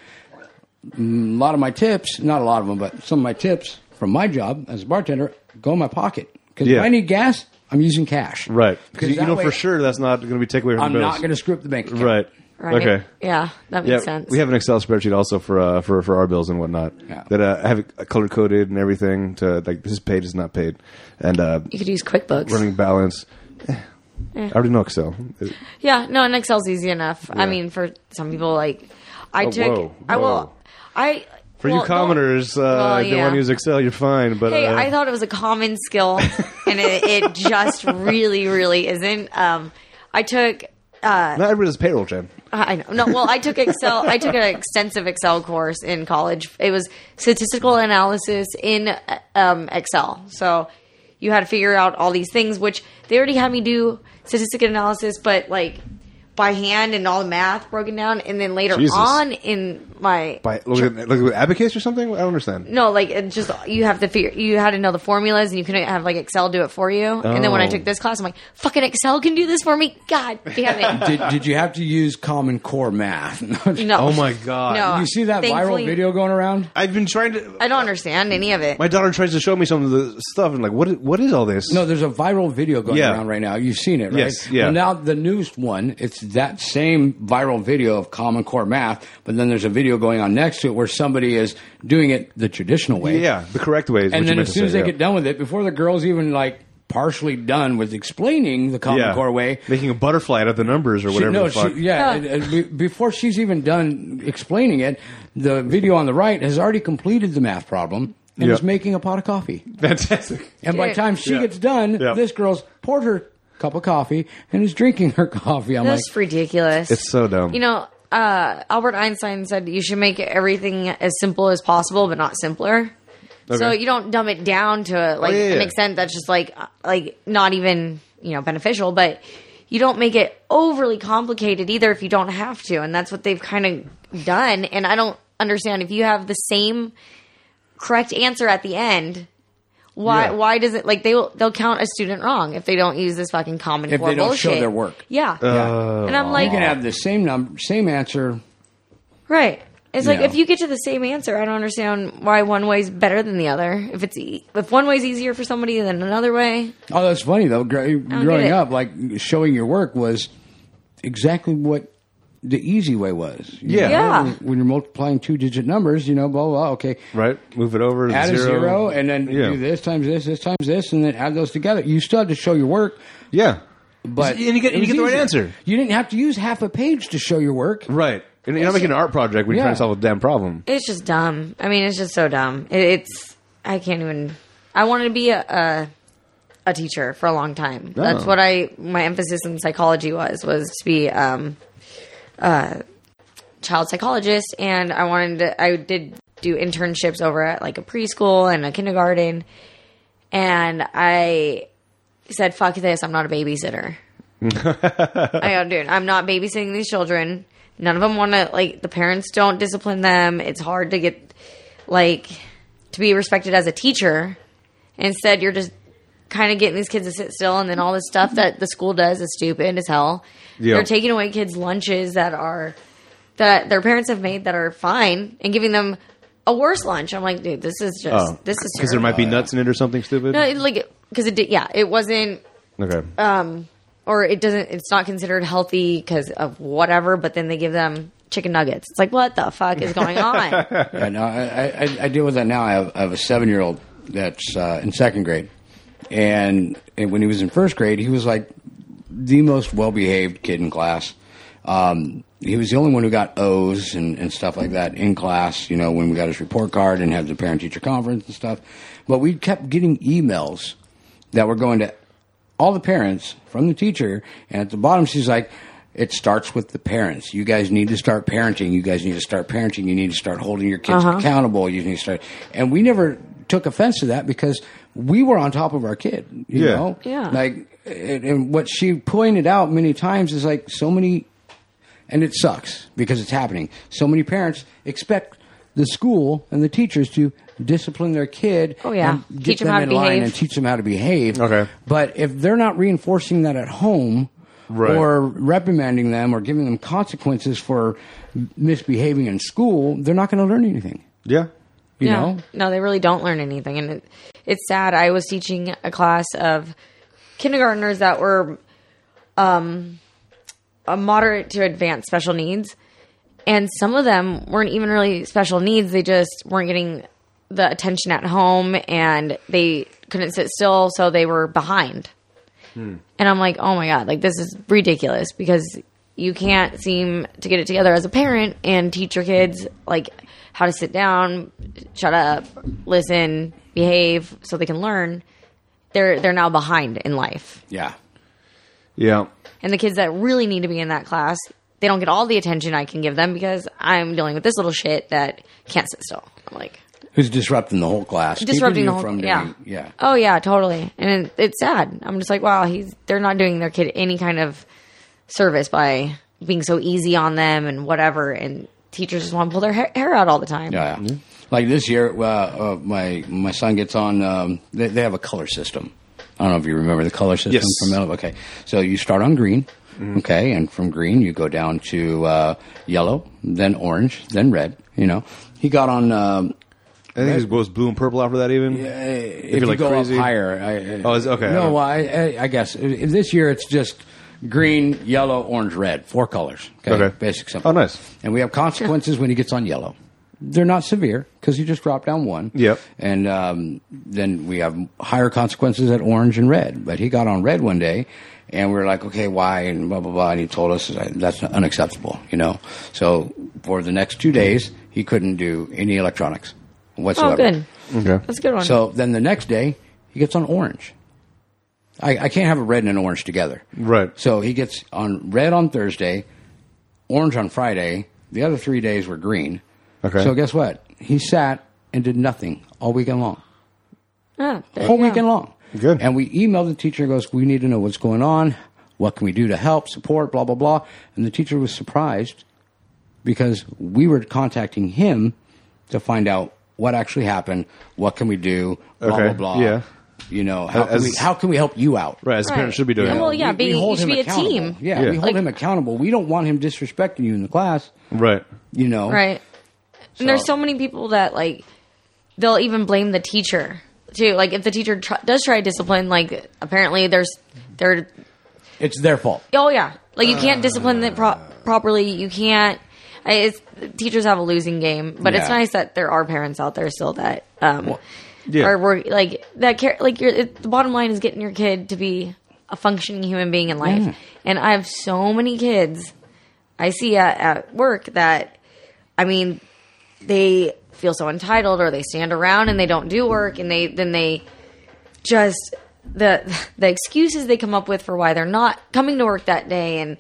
a lot of my tips, not a lot of them, but some of my tips from my job as a bartender go in my pocket. Because Yeah. if I need gas, I'm using cash. Right. Because you, that you know way for sure that's not going to be taken away from I'm the bills. not going to screw up the bank account. Right. right. Okay. Yeah, that makes Yeah, sense. we have an Excel spreadsheet also for uh, for for our bills and whatnot Yeah. that uh, have it color coded and everything to like this is paid, this is not paid, and uh, you could use QuickBooks. running balance. Eh, I already know Excel. Uh, It- Yeah, no, and Excel's easy enough. I Yeah. mean, for some people, like I Oh, took, whoa, I whoa. will, I For well, you the- commoners, uh, well, if you want yeah. to use Excel, you're fine. But Hey, uh, I thought it was a common skill, and it, it just really, really isn't. Um, I took, not everybody's payroll, Jen. I know, no, well, I took Excel. I took an extensive Excel course in college. It was statistical analysis in uh, um, Excel. So you had to figure out all these things, which they already had me do statistical analysis, but like by hand and all the math broken down, and then later Jesus. on in my By look at look at Abacus or something. I don't understand. no, like it just you have to figure you had to know the formulas and you couldn't have like Excel do it for you. And then when I Oh. took this class, I'm like, fucking Excel can do this for me. God damn it. Did, did you have to use Common Core math? No. Oh my God. No. you see that Thankfully- viral video going around? I've been trying to. I don't understand any of it. My daughter tries to show me some of the stuff, and like, what? i- What is all this? No, there's a viral video going Yeah. around right now. You've seen it, right? Yes, yeah. Well, now the newest one, it's that same viral video of Common Core math, but then there's a video going on next to it where somebody is doing it the traditional way. yeah, the correct way. Is what And you then meant as to soon say, as they yeah. get done with it, before the girl's even like partially done with explaining the Common yeah. Core way, making a butterfly out of the numbers or she- whatever. the no, fuck. she, yeah. Yeah. and- and be- before she's even done explaining it, the video on the right has already completed the math problem and Yeah. is making a pot of coffee. fantastic. And by the Dude. time she Yeah. gets done, Yeah. this girl's poured her cup of coffee and is drinking her coffee. I'm That's like, ridiculous. It's so dumb. You know, uh, Albert Einstein said you should make everything as simple as possible, but not simpler. So Okay. Oh, you don't dumb it down to like yeah, an yeah. extent that's just like uh, like not even you know beneficial, but you don't make it overly complicated either if you don't have to, and that's what they've kind of done. And I don't understand if you have the same correct answer at the end. Why? Yeah. Why does it like they will? They'll count a student wrong if they don't use this fucking common If core they don't show bullshit. their work. Yeah, Uh, and I'm like, you can have the same number, same answer. Right. It's like Yeah. if you get to the same answer, I don't understand why one way's better than the other. If it's e- if one way's easier for somebody than another way, Oh, that's funny though. Gr- get growing it. up, like showing your work was exactly what the easy way was. You Yeah. know, Yeah. When, when you're multiplying two digit numbers, you know, blah blah. blah, Okay, right? Move it over. to add zero. a zero, and then yeah. do this times this, this times this, and then add those together. You still had to show your work, Yeah, but and you get, and it you was get the right easier. answer. You didn't have to use half a page to show your work. Right. And you're not making an art project when you're Yeah. trying to solve a damn problem. it's just dumb. I mean, it's just so dumb. It, it's I can't even. I wanted to be a a, a teacher for a long time. That's Oh. what I my emphasis in psychology was was to be um, a child psychologist, and I wanted to. I did do internships over at like a preschool and a kindergarten, and I said, "Fuck this! I'm not a babysitter. I am doing. I'm not babysitting these children. None of them want to like the parents don't discipline them. It's hard to get like to be respected as a teacher. Instead, you're just kind of getting these kids to sit still, and then all this stuff that the school does is stupid as hell. Yeah. They're taking away kids' lunches that are that their parents have made that are fine and giving them a worse lunch. I'm like, dude, this is just this is because Oh. there might be nuts in it or something stupid. terrible. no, uh, it- like because it did, yeah, it wasn't okay. or it doesn't it's not considered healthy because of whatever but then they give them chicken nuggets it's like what the fuck is going on Yeah, no, uh, I, I, I- I deal with that now. I have, I have a seven year old that's uh, in second grade. And, and when he was in first grade, he was like the most well behaved kid in class. Um, he was the only one who got O's and, and stuff like that in class, you know, when we got his report card and had the parent teacher conference and stuff. But we kept getting emails that were going to all the parents from the teacher. And at the bottom, she's like, it starts with the parents. You guys need to start parenting. You guys need to start parenting. You need to start holding your kids Uh-huh. accountable. You need to start. And we never took offense to that because we were on top of our kid, you Yeah. know? Yeah. Like, and and what she pointed out many times is like so many, and it sucks because it's happening. So many parents expect the school and the teachers to discipline their kid. Oh, yeah. and get Teach 'em them how to in line behave. and teach them how to behave. Okay. but if they're not reinforcing that at home. Right. Or reprimanding them or giving them consequences for misbehaving in school, they're not going to learn anything. yeah. You Yeah. know? no they really don't learn anything and it, it's sad i was teaching a class of kindergartners that were um, a moderate to advanced special needs and some of them weren't even really special needs they just weren't getting the attention at home and they couldn't sit still so they were behind and i'm like oh my god like this is ridiculous because you can't seem to get it together as a parent and teach your kids like how to sit down shut up listen behave so they can learn they're they're now behind in life Yeah. Yeah. and the kids that really need to be in that class they don't get all the attention i can give them because i'm dealing with this little shit that can't sit still i'm like Who's disrupting the whole class? keeping disrupting you the whole from yeah doing- yeah. oh yeah totally and it, it's sad i'm just like wow he's they're not doing their kid any kind of service by being so easy on them and whatever and teachers just want to pull their hair, hair out all the time Yeah. Mm-hmm. yeah. Like this year, uh, uh, my my son gets on. Um, they, they have a color system. I don't know if you remember the color system Yes. Mm-hmm. from Ele- Okay, so you start on green. Okay, and from green you go down to uh, yellow, then orange, then red. You know, he got on. Um, I think it goes blue and purple after that. Even if, if, you go up higher, I, I- Oh, is- okay, I No, don't- well, I, I, I guess Uh, this year it's just green, yellow, orange, red, four colors. Okay, Okay. basic simple. Oh, nice. And we have consequences when he gets on yellow. They're not severe because he just dropped down one. Yep. And um, then we have higher consequences at orange and red. But he got on red one day, and we were like, okay, why? And blah, blah, blah. And he told us that's unacceptable, you know? So for the next two days, he couldn't do any electronics oh whatsoever. good Okay. that's a good one So then the next day, he gets on orange. I, I can't have a red and an orange together. Right. So he gets on red on Thursday, orange on Friday. The other three days were green. Okay. So guess what? He sat and did nothing all weekend long. Ah, there you All go. weekend long. Good. And we emailed the teacher and goes, We need to know what's going on. What can we do to help, support, blah, blah, blah. And the teacher was surprised because we were contacting him to find out what actually happened, what can we do, blah, Okay, blah, blah. yeah. You know, how, As- can we, how can we help you out? Right. As a parent Right. should be doing. Yeah, it. well, yeah, be- hold you should him be a team. accountable. Yeah, Yeah. we hold Like- him accountable. We don't want him disrespecting you in the class, Right. you know. Right. and there's So- so many people that like they'll even blame the teacher too. Like if the teacher tr- does try discipline, like apparently there's there. It's their fault. Oh yeah, like you can't discipline it Uh. pro- properly. You can't. I- It's teachers have a losing game, but it's Yeah. nice that there are parents out there still that um yeah. are work like that. Care like you're, it, the bottom line is getting your kid to be a functioning human being in life. Yeah. And I have so many kids I see at, at work that I mean, they feel so entitled or they stand around and they don't do work and they then they just the the excuses they come up with for why they're not coming to work that day and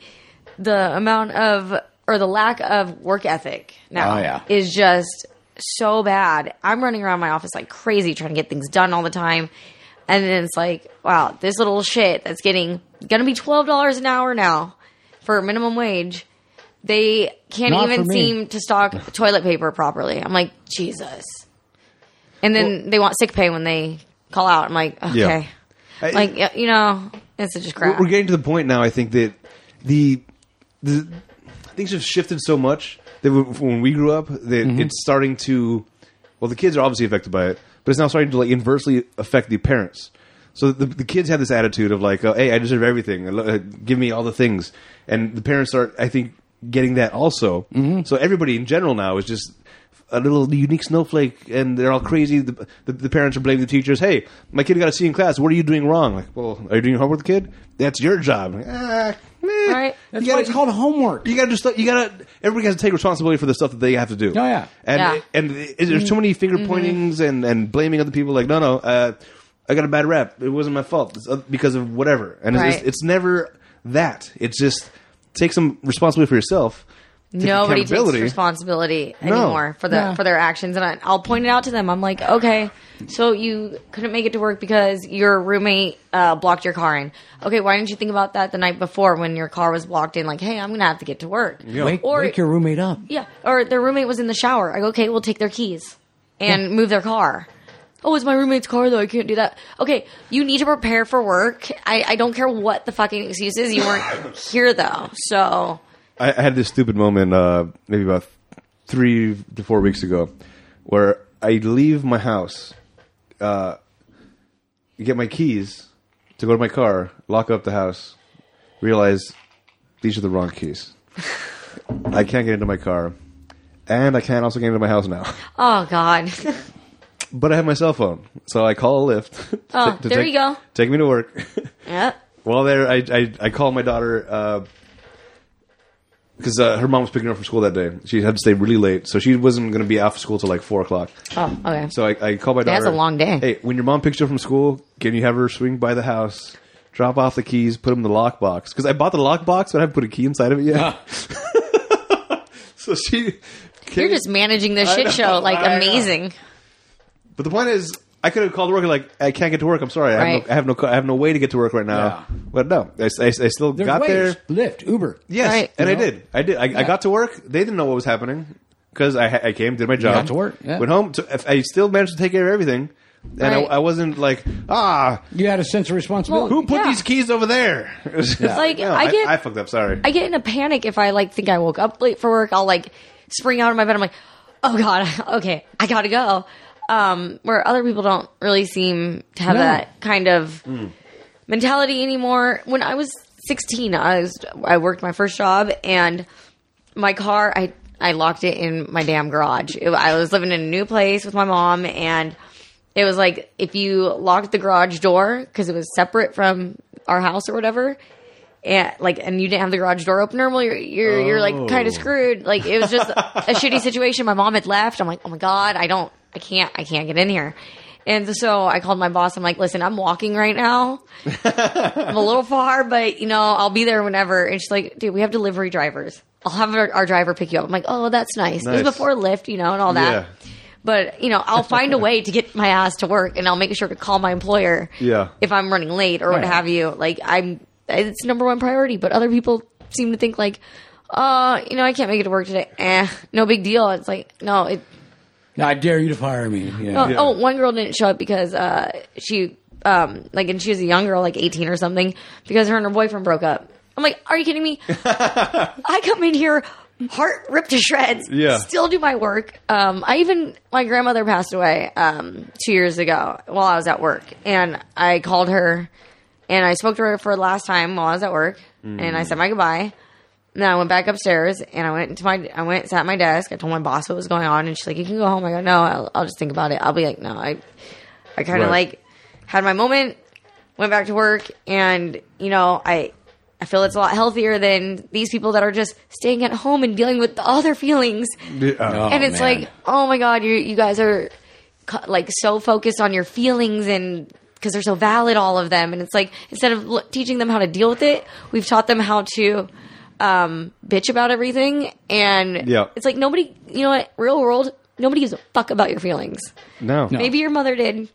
the amount of or the lack of work ethic now Oh, yeah. is just so bad. I'm running around my office like crazy trying to get things done all the time. And then it's like, wow, this little shit that's getting gonna be twelve dollars an hour now for minimum wage They can't Not even for me. seem to stock toilet paper properly. I'm like, Jesus. And then they want sick pay when they call out. I'm like, okay. Yeah. I- Like, y- you know, it's just crap. We're we're getting to the point now. I think that the the things have shifted so much that w- when we grew up, that it's starting to. Well, the kids are obviously affected by it, but it's now starting to like inversely affect the parents. So the, the kids have this attitude of like, uh, "Hey, I deserve everything. Uh, Give me all the things," and the parents are, I think, getting that also. So everybody in general now is just a little unique snowflake, and they're all crazy. The, the, the parents are blaming the teachers. Hey, my kid got a C in class. What are you doing wrong? Like, well, are you doing your homework, kid? That's your job. Ah, meh. Right. That's You why gotta- it's called homework. you gotta just you gotta everybody has to take responsibility for the stuff that they have to do. Oh, yeah. and Yeah. Mm-hmm. and there's too many finger pointings and and blaming other people. Like no no, uh, I got a bad rap. It wasn't my fault it's uh, because of whatever. And it's, Right. it's never that. It's just take some responsibility for yourself. take Nobody takes accountability. responsibility No. anymore for the Yeah. for their actions, and I, I'll point it out to them. I'm like, okay, so you couldn't make it to work because your roommate uh, blocked your car in. Okay, why didn't you think about that the night before when your car was blocked in? Like, hey, I'm gonna have to get to work. Wake, Or- wake your roommate up. Yeah, or their roommate was in the shower. I go, okay, we'll take their keys and move their car. Oh, it's my roommate's car though. I can't do that. Okay, you need to prepare for work. I, I don't care what the fucking excuse is. You weren't here though, so I, I had this stupid moment uh, maybe about three to four weeks ago where I leave my house, uh, get my keys to go to my car, lock up the house, realize these are the wrong keys. I can't get into my car, and I can't also get into my house now. oh god. But I have my cell phone, so I call a Lyft. to- Oh, to there take- you go. Take me to work. yep. Well, there, I I, I called my daughter because uh, her mom was picking her up from school that day. She had to stay really late, so she wasn't going to be out of school till like four o'clock. Oh, okay. So I, I called my daughter. That's a long day. Hey, when your mom picks you up from school, can you have her swing by the house, drop off the keys, put them in the lockbox? Because I bought the lockbox, but I haven't put a key inside of it yet. so she. You're just managing this I shit know, show like I know. amazing. But the point is, I could have called work and like I can't get to work. I'm sorry. Right. I have no. I have no. ca- I have no way to get to work right now. Yeah. But no, I, I, I still There's got there. ways. Lyft, Uber. Yes, Right. and You I did. I did. I, I got to work. They didn't know what was happening because I, ha- I came, did my job, got to work, yeah. went home. To, I still managed to take care of everything, and I, Right. I wasn't like ah, You had a sense of responsibility. who put Yeah. these keys over there? It's Like, I get- I, fucked up. Sorry. I get in a panic if I like think I woke up late for work. I'll like spring out of my bed. I'm like, oh god, okay, I gotta go. Um, where other people don't really seem to have No. that kind of mentality anymore. When I was 16, I was I worked my first job and my car I I locked it in my damn garage. It- I was living in a new place with my mom and it was like if you locked the garage door because it was separate from our house or whatever and like and you didn't have the garage door opener well you're you're, you're like Oh. kind of screwed like it was just a shitty situation my mom had left i'm like oh my god i don't i can't i can't get in here and so i called my boss i'm like listen i'm walking right now i'm a little far but you know i'll be there whenever and she's like dude we have delivery drivers i'll have our, our driver pick you up i'm like oh that's nice, it Nice. was before lyft you know and all that Yeah. but you know i'll find a way to get my ass to work and i'll make sure to call my employer Yeah. if i'm running late or what Right. have you like i'm it's number one priority but other people seem to think like uh you know i can't make it to work today eh no big deal it's like no it I dare you to fire me. Oh, Yeah. oh, one girl didn't show up because uh, she, um, like, and she was a young girl, like 18 or something, because her and her boyfriend broke up. I'm like, are you kidding me? I come in here, heart ripped to shreds, Yeah. still do my work. Um, I even, my grandmother passed away um, two years ago while I was at work, and I called her and I spoke to her for the last time while I was at work, and I said my goodbye. And then I went back upstairs and I went into my, I went, sat at my desk. I told my boss what was going on and she's like, you can go home. I go, no, I'll, I'll just think about it. I'll be like, no, I, I kind of Right. like had my moment, went back to work and, you know, I, I feel it's a lot healthier than these people that are just staying at home and dealing with all their feelings. Yeah. and it's man. like, oh my God, you, you guys are cu- like so focused on your feelings and because they're so valid, all of them. And it's like, instead of l- teaching them how to deal with it, we've taught them how to um, bitch about everything. And Yeah. it's like, nobody, you know what, real world, nobody gives a fuck about your feelings. no. Maybe your mother did,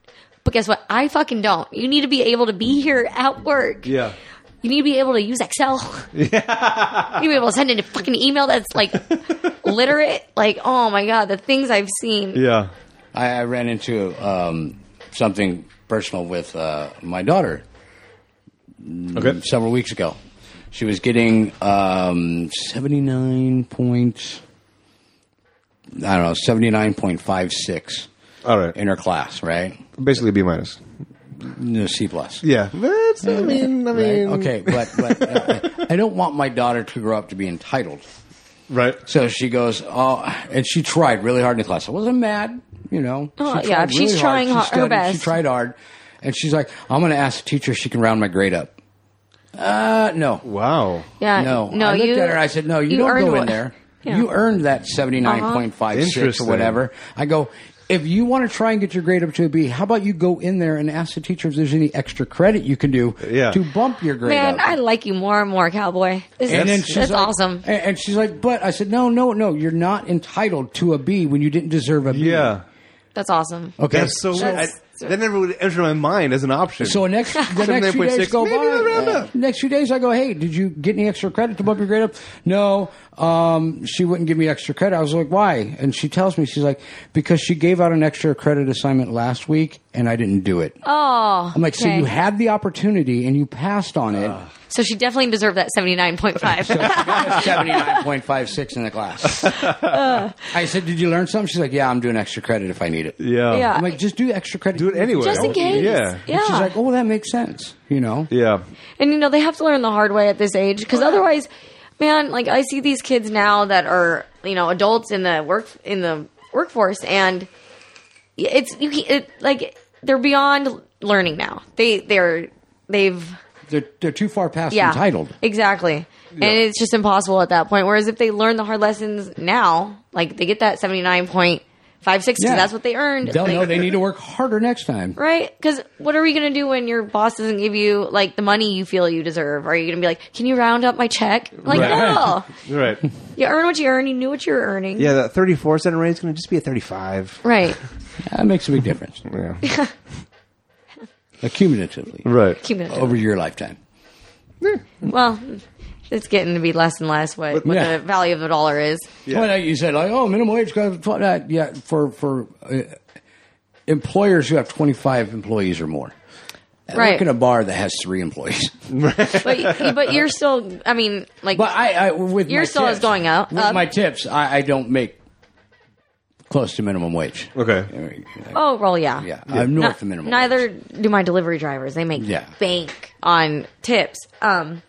but guess what? I fucking don't. You need to be able to be here at work Yeah. You need to be able to use Excel. you need to be able to send in a fucking email that's like literate. Like, oh my god, the things I've seen. Yeah. I, I ran into um, something personal with uh, my daughter Okay. several weeks ago. She was getting um, 79 points, I don't know, 79.56 All right. in her class, right? Basically, B minus. No, C plus. Yeah. That's, I mean, I mean. Okay, but, but uh, I don't want my daughter to grow up to be entitled. Right. So she goes, oh, and she tried really hard in the class. I wasn't mad, you know. Oh, She yeah, tried she's hard. trying She har- her studied, She best. tried hard, and she's like, I'm going to ask the teacher if she can round my grade up. Uh, no. Wow. Yeah. No, No. I looked you, at her. I said, "No, you, don't earned go in what- there. Yeah. You earned that seventy nine point five six or Interesting. whatever." I go, "If you want to try and get your grade up to a B, how about you go in there and ask the teacher if there's any extra credit you can do Yeah. to bump your grade Man, up." I like you more and more, cowboy. This and then is, she's that's like- awesome. And, and she's like, "But I said, no, no, no. You're not entitled to a B when you didn't deserve a B." Yeah. That's awesome. Okay. That's so weird. I, That's- that never would enter my mind as an option. So next, the next few 79.6, days go maybe they'll round by. up. Next few days, I go, hey, did you get any extra credit to bump your grade up? No, um, she wouldn't give me extra credit. I was like, why? And she tells me, she's like, because she gave out an extra credit assignment last week and I didn't do it. Oh, I'm like, so okay. you had the opportunity and you passed on it. So she definitely deserved that seventy nine point five. Seventy nine point five six in the class. I said, "Did you learn something?" She's like, "Yeah, I'm doing extra credit if I need it." yeah. Yeah. I'm like, "Just do extra credit. Do it anyway. Just in case. Yeah. Yeah. She's like, "Oh, that makes sense." You know. Yeah. And you know, they have to learn the hard way at this age Oh, because otherwise, man, like I see these kids now that are, you know, adults in the work in the workforce and it's you can't- it, like they're beyond learning now. They they're they've They're, they're too far past yeah, entitled. Exactly. And it's just impossible at that point. Whereas if they learn the hard lessons now, like they get that 79.56 because Yeah. that's what they earned. They'll Like- know they need to work harder next time. Right? Because what are we going to do when your boss doesn't give you like the money you feel you deserve? Are you going to be like, "Can you round up my check?" Like, Right. no. You're right. You earn what you earn. You knew what you were earning. Yeah, that 34 cent rate is going to just be a 35. Right. That makes a big difference, Yeah. accumulatively, right. Cumulative. over your lifetime. Well, it's getting to be less and less what, what Yeah. the value of a dollar is. Yeah. Well, you said like, oh, minimum wage goes to tw- uh, yeah for for uh, employers who have twenty five employees or more. Right. Work in a bar that has three employees. But but you're still. I mean, like But I, I with Your my still is tips- going out- With up. my tips, I, I don't make close to minimum wage. Okay. oh, well, yeah, Yeah, I'm north Not- of minimum. Neither wage. do my delivery drivers. They make Yeah. bank on tips. Um,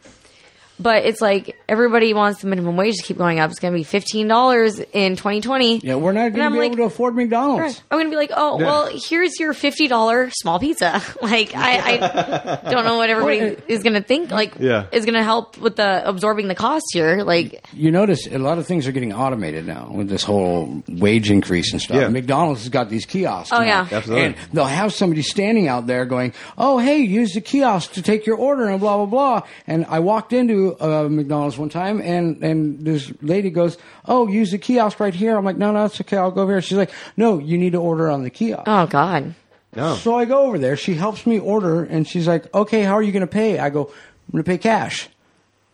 but it's like everybody wants the minimum wage to keep going up. It's going to be fifteen dollars in twenty twenty. Yeah, we're not And going I'm to be like, able to afford McDonald's. Right. I'm gonna be like, oh well, here's your fifty dollar small pizza. Like I, I don't know what everybody is gonna think. Like Yeah. is gonna help with the absorbing the cost here. Like you notice a lot of things are getting automated now with this whole wage increase and stuff. Yeah. McDonald's has got these kiosks. Oh, now. yeah. Absolutely. And they'll have somebody standing out there going, "Oh, hey, use the kiosk to take your order and blah blah blah." And I walked into uh, McDonald's one time, and and this lady goes, "Oh, use the kiosk right here." I'm like, "No, no, it's okay. I'll go over here." She's like, "No, you need to order on the kiosk." oh god, No. So I go over there. She helps me order, and she's like, "Okay, how are you going to pay?" I go, "I'm going to pay cash."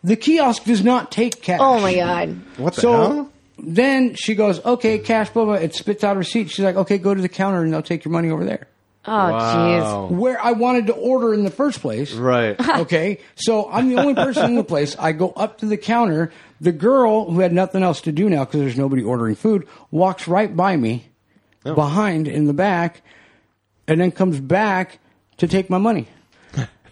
The kiosk does not take cash. oh my god, What the so hell? then she goes, "Okay, cash, blah blah." It spits out a receipt. She's like, "Okay, go to the counter, and they'll take your money over there." oh jeez, Wow. Where I wanted to order in the first place. Right. Okay, so I'm the only person in the place. I go up to the counter. The girl who had nothing else to do now because there's nobody ordering food walks right by me, Oh. behind in the back, and then comes back to take my money.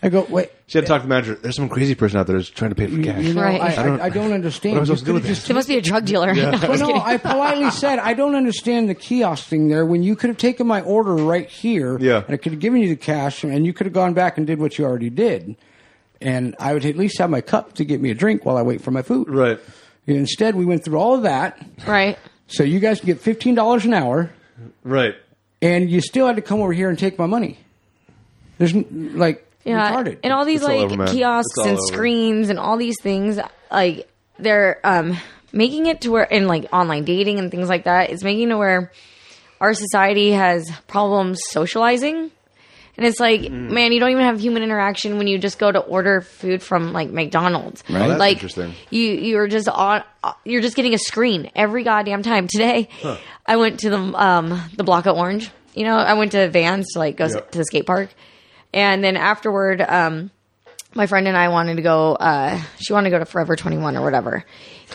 I go, wait. She had to talk to the manager. There's some crazy person out there who's trying to pay for cash. You know, Right. I, I I, don't- I, don't understand. what am I supposed to You do with could've just it must be a drug dealer. Well, no, I politely said I don't understand the kiosk thing there. When you could have taken my order right here, Yeah. and I could have given you the cash, and you could have gone back and did what you already did, and I would at least have my cup to get me a drink while I wait for my food. Right. Instead, we went through all of that, right? so you guys can get fifteen dollars an hour, Right. and you still had to come over here and take my money. There's n- like Yeah, retarded. and all these It's all like over, man. kiosks It's all and over. screens and all these things, like they're um, making it to where and like online dating and things like that. It's making it where our society has problems socializing And it's like, Mm. man, you don't even have human interaction when you just go to order food from like McDonald's. Right. Oh, that's like, interesting. You you're just on you're just getting a screen every goddamn time. Today, I went to the um the block of Orange. You know, I went to Vans to like go s- Yep. to the skate park, and then afterward, um, my friend and I wanted to go. Uh, she wanted to go to Forever Twenty One or whatever,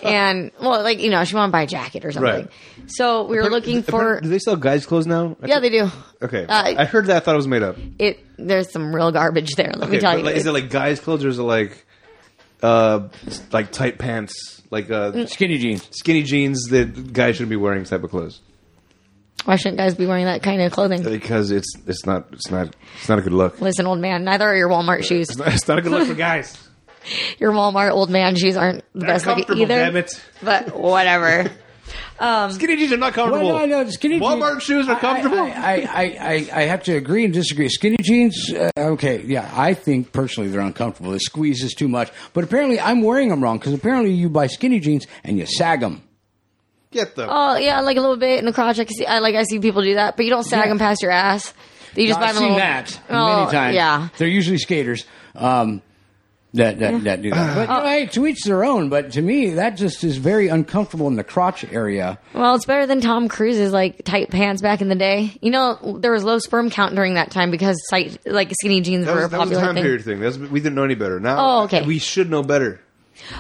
and well, like you know, she wanted to buy a jacket or something. Right. So we were looking for. Do they sell guys' clothes now? Yeah, they do. Okay, Uh, I heard that. I thought it was made up. It there's some real garbage there. Let me Okay, tell but, you. like, is it like guys' clothes or is it like, uh, like tight pants, like uh, Skinny jeans. skinny jeans that guys shouldn't be wearing type of clothes? Why shouldn't guys be wearing that kind of clothing? Because it's it's not it's not it's not a good look. Listen, old man, neither are your Walmart shoes. It's not, it's not a good look for guys. Your Walmart old man shoes aren't the best looking comfortable, either. damn it. But whatever. Um, Skinny jeans are not comfortable. Well, no, no, skinny Walmart jeans- shoes are I- comfortable. I, I, I, I, I have to agree and disagree. Skinny jeans, uh, okay, yeah, I think personally they're uncomfortable. It squeezes too much. But apparently I'm wearing them wrong because apparently you buy skinny jeans and you sag them. Get them. oh yeah, like a little bit in the crotch. I can see. I like. I see people do that, but you don't sag Yeah. them past your ass. You just buy I've them a seen little. that Oh, many times. Yeah. They're usually skaters um, that, that, that do that. But you Oh. know, hey, to each their own. But to me, that just is very uncomfortable in the crotch area. Well, it's better than Tom Cruise's like tight pants back in the day. You know, there was low sperm count during that time because tight, like skinny jeans that were was, a that was a popular time thing. period thing. That was, we didn't know any better. Now, Oh, okay. We should know better.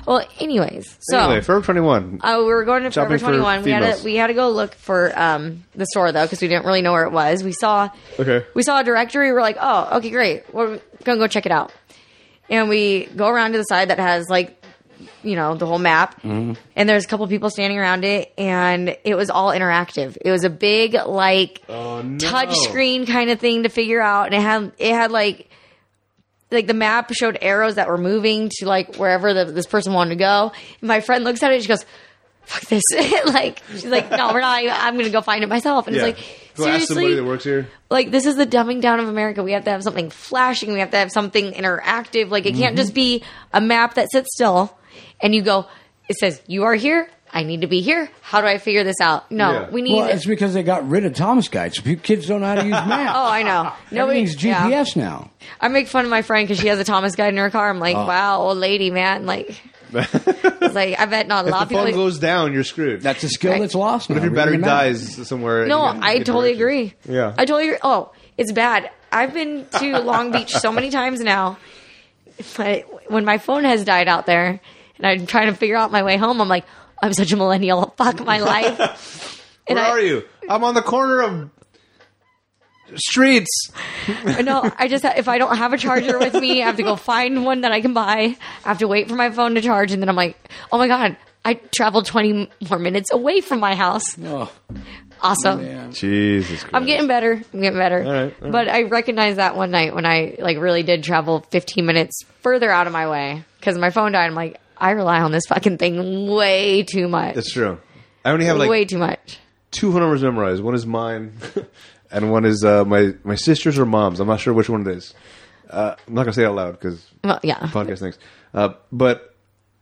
Well, anyways, so anyway, Forever Twenty One. Uh, we were going to Shopping Forever for 21. We had, females. to, we had to go look for um, the store though because we didn't really know where it was. We saw Okay. we saw a directory. We're like, oh, okay, great. We're gonna go check it out. And we go around to the side that has like, you know, the whole map. Mm-hmm. And there's a couple people standing around it, and it was all interactive. It was a big like Oh, no. touch screen kind of thing to figure out, and it had it had like like the map showed arrows that were moving to like wherever the, this person wanted to go. And my friend looks at it and she goes, "Fuck this!" like she's like, "No, we're not. I'm gonna go find it myself." And Yeah. it's like, Go ask somebody seriously, that works here. like this is the dumbing down of America. We have to have something flashing. We have to have something interactive. Like it Mm-hmm. can't just be a map that sits still and you go. It says you are here. I need to be here. How do I figure this out? No, Yeah. we need. Well, it's because they got rid of Thomas Guides. Pe- Kids don't know how to use maps. oh, I know. Nobody- Everything's yeah. GPS now. I make fun of my friend because she has a Thomas guide in her car. I'm like, Oh. wow, old lady, man. Like, I was like I bet not a If lot the of people. phone goes down, you're screwed. That's a skill Right. that's lost. But if now, your battery reading a map. dies somewhere, no, you have to I get totally directions. agree. Yeah, I totally agree. Oh, it's bad. I've been to Long Beach so many times now. But when my phone has died out there and I'm trying to figure out my way home, I'm like, I'm such a millennial. Fuck my life. And Where I- are you? I'm on the corner of streets. No, I just if I don't have a charger with me, I have to go find one that I can buy. I have to wait for my phone to charge, and then I'm like, oh my god, I traveled 20 more minutes away from my house. Oh, Awesome. man. Jesus Christ! I'm getting better. I'm getting better. All right, all But I recognized that one night when I like really did travel 15 minutes further out of my way because my phone died. I'm like, I rely on this fucking thing way too much. That's true. I only have like way too much. two phone numbers memorized. One is mine, and one is uh, my my sister's or mom's. I'm not sure which one it is. Uh, I'm not gonna say it out loud because Well, yeah. podcast things. Uh, but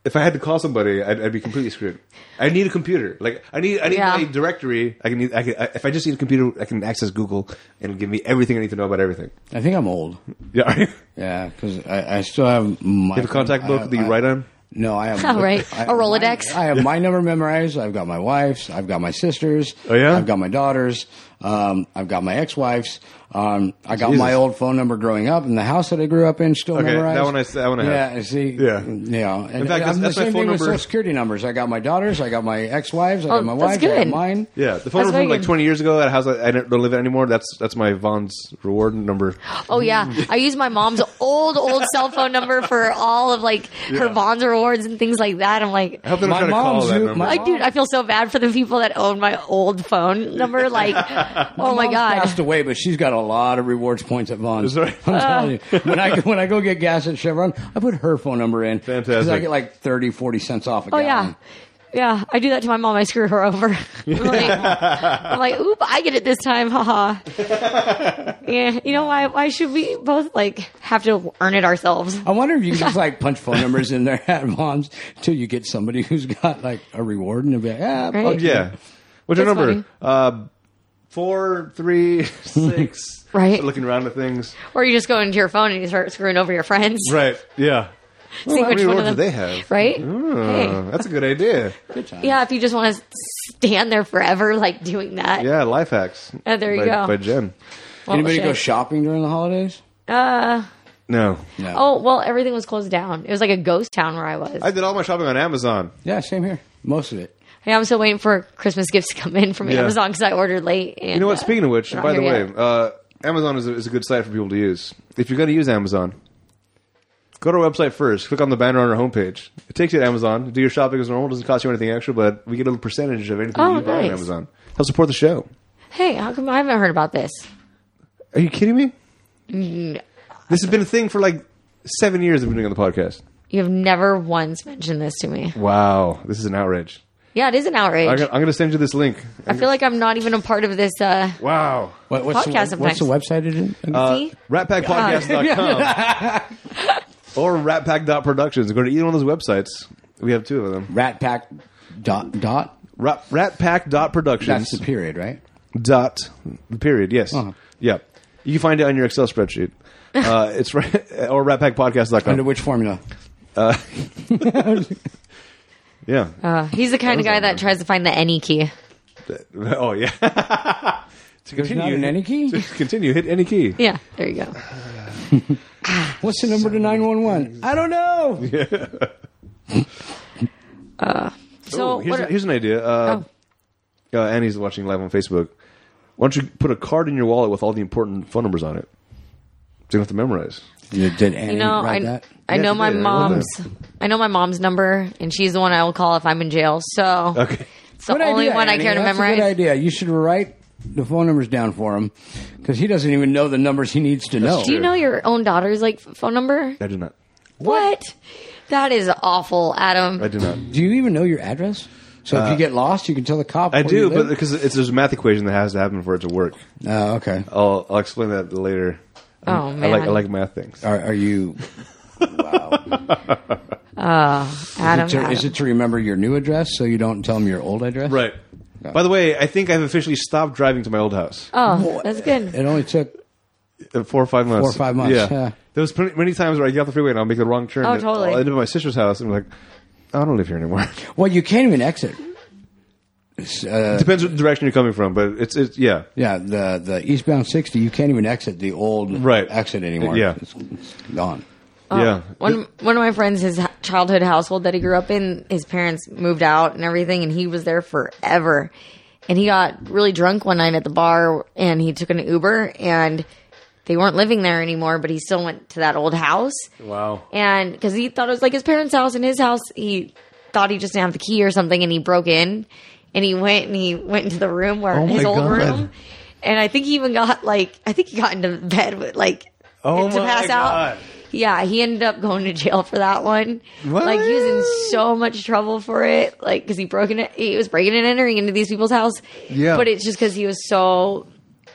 if I had to call somebody, I'd, I'd be completely screwed. I need a computer. Like I need I need Yeah. my directory. I can need I can I, if I just need a computer, I can access Google and give me everything I need to know about everything. I think I'm old. Yeah. Are you? Yeah, because I, I still have my. You have a contact book I- that you I- write on? No, I have. Oh, right. I- A Rolodex? I have my number memorized. I've got my wife's. I've got my sister's. Oh, yeah? I've got my daughter's. Um, I've got my ex-wife's. Um, I got Jesus. my old phone number growing up, and the house that I grew up in still Okay, that memorized. one I- that one I yeah, have. see, Yeah. yeah. And In fact, that's- I'm that's the my phone same thing with number. Social Security numbers. I got my daughters. I got my ex-wives. I Oh, got my that's wife's. I got good. mine. Yeah, the phone That's number very from like good. 20 years ago at a house I I don't live at anymore. That's that's my Vaughn's reward number. Oh yeah, I use my mom's old old cell phone number for all of like her Yeah. Vons awards and things like that. I'm like, I hope they're My not trying to call mom's that who- number. my- like dude, I feel so bad for the people that own my old phone number. Like, oh my Mom's god, passed away, but she's got a lot of rewards points at Vaughn's. Is that right? Oh. I'm telling you, when I when I go get gas at Chevron, I put her phone number in. 'cause I Fantastic. get like 30, 40 cents off. A oh gallon. yeah. Yeah, I do that to my mom. I screw her over. I'm, like, I'm like, oop, I get it this time, haha. yeah, you know why? Why should we both like have to earn it ourselves? I wonder if you can just like punch phone numbers in there at Vaughn's till you get somebody who's got like a reward and they'll be like, ah, Oh, Right. punch Yeah. What's your That's number? Uh, four, three, six, Right. looking around at things. Or you just go into your phone and you start screwing over your friends. Right. Yeah. See How which many one awards of do them. they have? Right? Mm. Oh, Hey. That's a good idea. Yeah, if you just want to stand there forever, like doing that. Yeah, life hacks. Oh, there you by, go. By Jen. Well, Anybody shit. go shopping during the holidays? Uh, No, No. oh, well, everything was closed down. It was like a ghost town where I was. I did all my shopping on Amazon. yeah, same here. Most of it. yeah, I'm still waiting for Christmas gifts to come in from Yeah. Amazon because I ordered late. And, You know what? uh, Speaking of which, not by the here way, yet. uh, Amazon is a, is a good site for people to use. If you're going to use Amazon, go to our website first. Click on the banner on our homepage. It takes you to Amazon. Do your shopping as normal. doesn't cost you anything extra, but we get a little percentage of anything Oh, you buy on nice. Amazon. Help support the show. hey, how come I haven't heard about this? Are you kidding me? This has been a thing for like seven years. I've been doing on the podcast. You have never once mentioned this to me. Wow, this is an outrage. Yeah, it is an outrage. I'm going to send you this link. I feel like I'm not even a part of this. Uh, Wow. What, what's, Podcast the, what's the website it is? Uh, see? Ratpackpodcast.com or ratpack.productions. Go to either one of those websites. We have two of them. Rat Pack dot dot. Rat, ratpack.productions. That's the period, right? dot the period. Yes. Uh-huh. Yeah. You can find it on your Excel spreadsheet. Uh, it's ra- or ratpackpodcast.com. Under which formula? yeah. uh, he's the kind of guy that tries to find the any key. oh yeah. to continue, not an any key? To continue, hit any key. Yeah, there you go. What's the number to 911? I don't know. So, Oh, here's, what a- are- here's an idea. Uh, oh, uh, Annie's watching live on Facebook. Why don't you put a card in your wallet with all the important phone numbers on it? So you don't have to memorize. Did, did Annie you know, write I, that? I Yeah, know my she did. I remember mom's. I know my mom's number, and she's the one I will call if I'm in jail. So Okay. it's the only one I Annie. care to That's memorize. A good idea. You should write the phone numbers down for him because he doesn't even know the numbers he needs to know. Do you know your own daughter's like f- phone number? I do not. What? That is awful, Adam. I do not. Do you even know your address? So if you get lost, you can tell the cop. Uh, I where you do, but live? because it's there's a math equation that has to happen for it to work. Oh, okay. I'll I'll explain that later. Oh I man, like I like math things. Are, are you? Wow. Adam. Is it to- Adam. is it to remember your new address so you don't tell him your old address? Right. By the way, I think I've officially stopped driving to my old house. oh, that's good. It only took Uh, Four or five months. Four or five months, yeah. There was pretty, many times where I get off the freeway and I'll make the wrong turn. Oh, and totally. I'll end up at my sister's house and I'm like, I don't live here anymore. Well, you can't even exit. It's, uh, Depends what direction you're coming from, but it's it's yeah. yeah, the the eastbound sixty, you can't even exit the old Right. exit anymore. Yeah. it's, it's gone. yeah. Oh, One one of my friends, his h- childhood household that he grew up in, his parents moved out and everything, and he was there forever. And he got really drunk one night at the bar, and he took an Uber, and they weren't living there anymore, but he still went to that old house. Wow. And because he thought it was like his parents' house and his house, he thought he just didn't have the key or something, and he broke in, and he went and he went into the room where Oh my his old God. room, and I think he even got like I think he got into bed with like Oh to my pass God. out. Yeah, he ended up going to jail for that one. What? Like he was in so much trouble for it, like because he broke in, he was breaking and entering into these people's house. Yeah. but it's just because he was so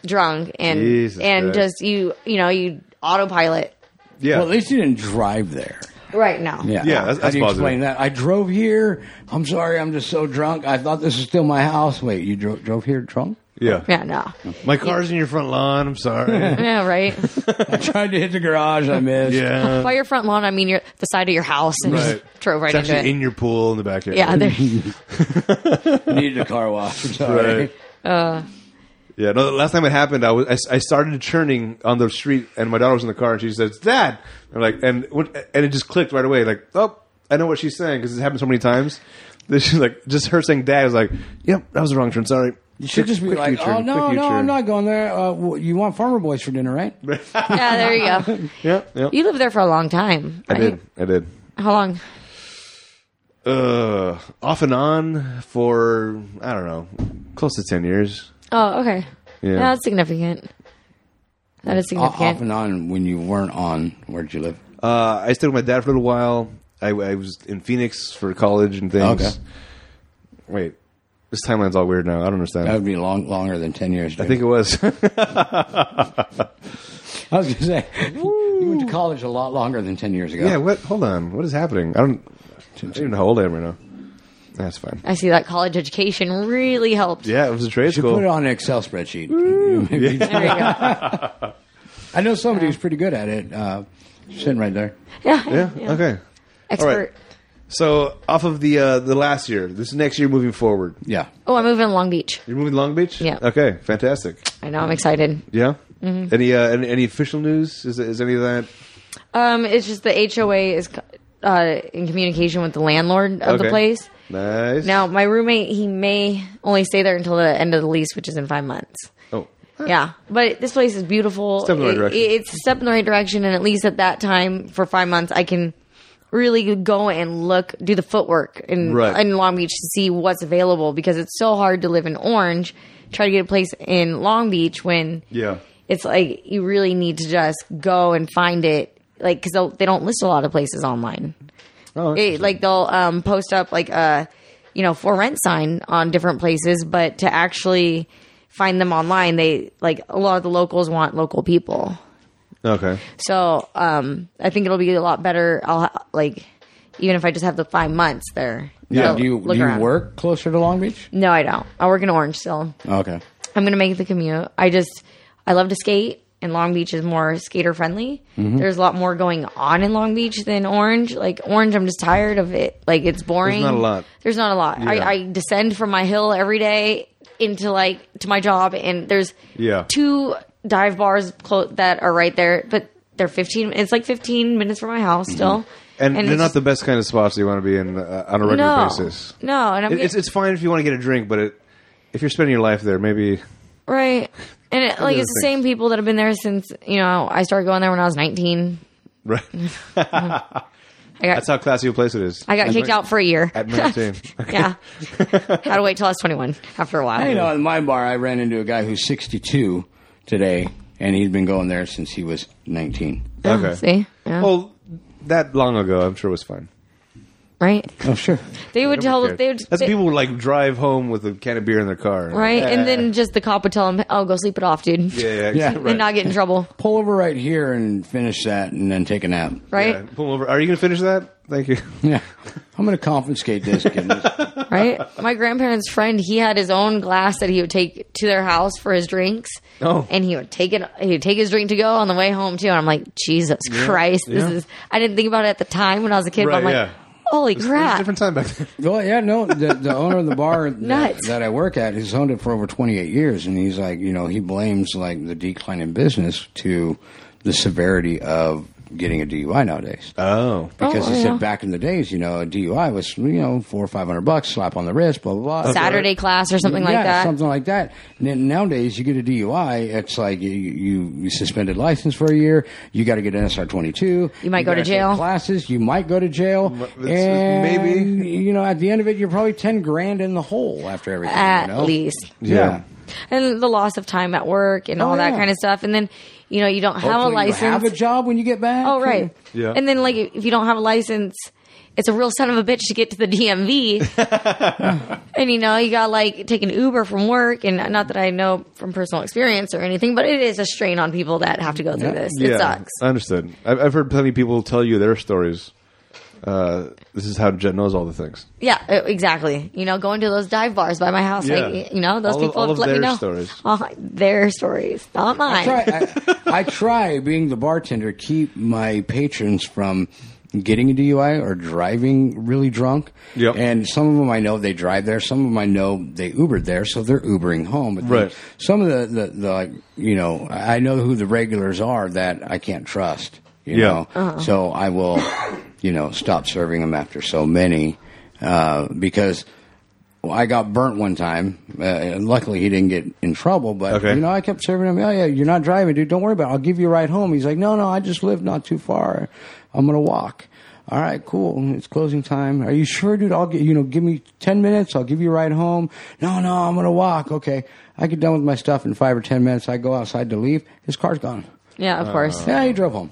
drunk and Jesus and Christ. just you you know you autopilot Yeah. Well, at least you didn't drive there. right now. Yeah, Yeah, that's- How that's do you positive. explain that? I drove here. I'm sorry, I'm just so drunk. I thought this was still my house. Wait, you drove drove here drunk? yeah. Yeah, no. My car's in your front lawn. I'm sorry. Yeah, right. I tried to hit the garage. I missed. yeah. By your front lawn, I mean your the side of your house, and Right. just drove right it's into it. actually in your pool in the backyard. yeah, there, Needed a car wash. I'm sorry. Right. Uh. yeah. No, the last time it happened, I was I, s- I started churning on the street, and my daughter was in the car, and she says, "Dad," and like, and what- and it just clicked right away. Like, oh, I know what she's saying because it's happened so many times. That she's like, just her saying "dad" I was like, "Yep, that was the wrong turn. Sorry." You should just be Quick like, U-turn, oh no, quick no, U-turn." I'm not going there. Uh, w- you want Farmer Boys for dinner, right? yeah, there you go. Yeah, yeah. You lived there for a long time. I right? did. I did. How long? Uh, off and on for I don't know, close to ten years. Oh, okay. Yeah. Yeah, that's significant. That is O- Off significant. and on when you weren't on. Where'd you live? Uh, I stayed with my dad for a little while. I, I was in Phoenix for college and things. Okay. Wait, this timeline's all weird now. I don't understand. That would be long, longer than ten years. I think it was. I was gonna say you went to college a lot longer than ten years ago. yeah. What? Hold on. What is happening? I don't. I don't even know how old I am right now. That's fine. I see that college education really helped. Yeah, it was a trade Put it school. on an Excel spreadsheet. There you go. I know somebody who's pretty good at it. Uh, sitting right there. Yeah. Yeah. Okay. Expert. All right. So off of the uh, the last year, this next year moving forward, Yeah. Oh, I'm moving to Long Beach. you're moving to Long Beach. Yeah. Okay. Fantastic. I know. I'm excited. Yeah. Mm-hmm. Any, uh, any any official news? Is is any of that? Um, it's just the HOA is uh, in communication with the landlord of Okay. the place. Nice. Now, my roommate, he may only stay there until the end of the lease, which is in five months. Oh. Yeah, but this place is beautiful. Step in the right It- direction. it- it's a step in the right direction, and at least at that time for five months, I can really go and look, do the footwork in Right. in Long Beach to see what's available because it's so hard to live in Orange. Try to get a place in Long Beach when Yeah. it's like you really need to just go and find it, like because they don't list a lot of places online. Oh, It, like they'll um, post up like a you know for rent sign on different places, but to actually find them online, they like a lot of the locals want local people. okay. So um, I think it'll be a lot better. I'll ha- like even if I just have the five months there. Yeah. I'll Do you, look do you around. work closer to Long Beach? No, I don't. I work in Orange still. Okay. I'm gonna make the commute. I just I love to skate, and Long Beach is more skater friendly. Mm-hmm. There's a lot more going on in Long Beach than Orange. Like Orange, I'm just tired of it. Like it's boring. There's not a lot. There's not a lot. Yeah. I, I descend from my hill every day into like to my job, and there's Yeah. two dive bars clo- that are right there, but they're 15. It's like 15 minutes from my house still. Mm-hmm. And, they're it's not the best kind of spots you want to be in uh, on a regular no, basis. no, and I'm It, it's getting- it's fine if you want to get a drink, but it, if you're spending your life there, maybe right. And it, like other it's things. the same people that have been there since you know I started going there when I was 19. right. I got, That's how classy a place it is. I got kicked out for a year. At 19. yeah. Had to wait till I was 21 after a while. You know, in my bar, I ran into a guy who's 62 today, and he'd been going there since he was 19. okay. See? Yeah. Well, that long ago, I'm sure it was fine. right? Oh, sure. They would tell Nobody cared. they would That's they- people who, like drive home with a can of beer in their car. right? And then just the cop would tell them, "Oh, go sleep it off, dude." Yeah, yeah, Yeah, right. And not get in trouble, Pull over right here and finish that, and then take a nap. right? Yeah, pull over. Are you going to finish that? Thank you. Yeah. I'm going to confiscate this. kid. Right? My grandparents' friend, he had his own glass that he would take to their house for his drinks. Oh. And he would take it he would take his drink to go on the way home too. And I'm like, Jesus Christ, this yeah. is I didn't think about it at the time when I was a kid, Right, but I'm like, yeah. holy It was a crap. different time back then. well, yeah, no. The, the owner of the bar that, Nuts. that I work at has owned it for over 28 years, and he's like, you know, he blames like the decline in business to the severity of getting a DUI nowadays. Oh. because Oh, he yeah. said back in the days, you know, a DUI was you know four or five hundred bucks, slap on the wrist, blah blah blah. Saturday class or something yeah, like that. something like that. And then nowadays, you get a DUI, it's like you you, you suspended license for a year. You got to get an SR twenty two. You might go to jail. Classes, you might go to jail. it's- and, maybe. you know at the end of it, you're probably ten grand in the hole after everything. you at know? least. yeah. and the loss of time at work and all that Oh, yeah. kind of stuff. And then, you know, you don't have Hopefully a you license. have a job when you get back. oh, right. Yeah. And then, like, if you don't have a license, it's a real son of a bitch to get to the DMV. and, you know, you got to, like, take an Uber from work. And not that I know from personal experience or anything, but it is a strain on people that have to go through this. It sucks. Understood. I've, I've heard plenty of people tell you their stories. Uh, this is how Jet knows all the things. Yeah, uh, exactly. You know, going to those dive bars by my house, Yeah. like, you know, those All of- people all of let their me know stories. Uh, their stories, not mine. I try, I, I try being the bartender keep my patrons from getting a DUI or driving really drunk. Yep. And some of them I know they drive there. Some of them I know they Ubered there, so they're Ubering home. But the- Right. some of the, the, the like you know I know who the regulars are that I can't trust. You Yeah. know, so I will you know stop serving them after so many uh, because. I got burnt one time. Uh, and luckily, he didn't get in trouble. But Okay. you know, I kept serving him. Oh yeah, you're not driving, dude. Don't worry about. it. I'll give you a ride home. He's like, no, no, I just live not too far. I'm gonna walk. All right, cool. It's closing time. Are you sure, dude? I'll get you know, give me ten minutes. I'll give you a ride home. No, no, I'm gonna walk. Okay, I get done with my stuff in five or ten minutes. I go outside to leave. His car's gone. Yeah, of course. Uh-huh. Yeah, he drove home.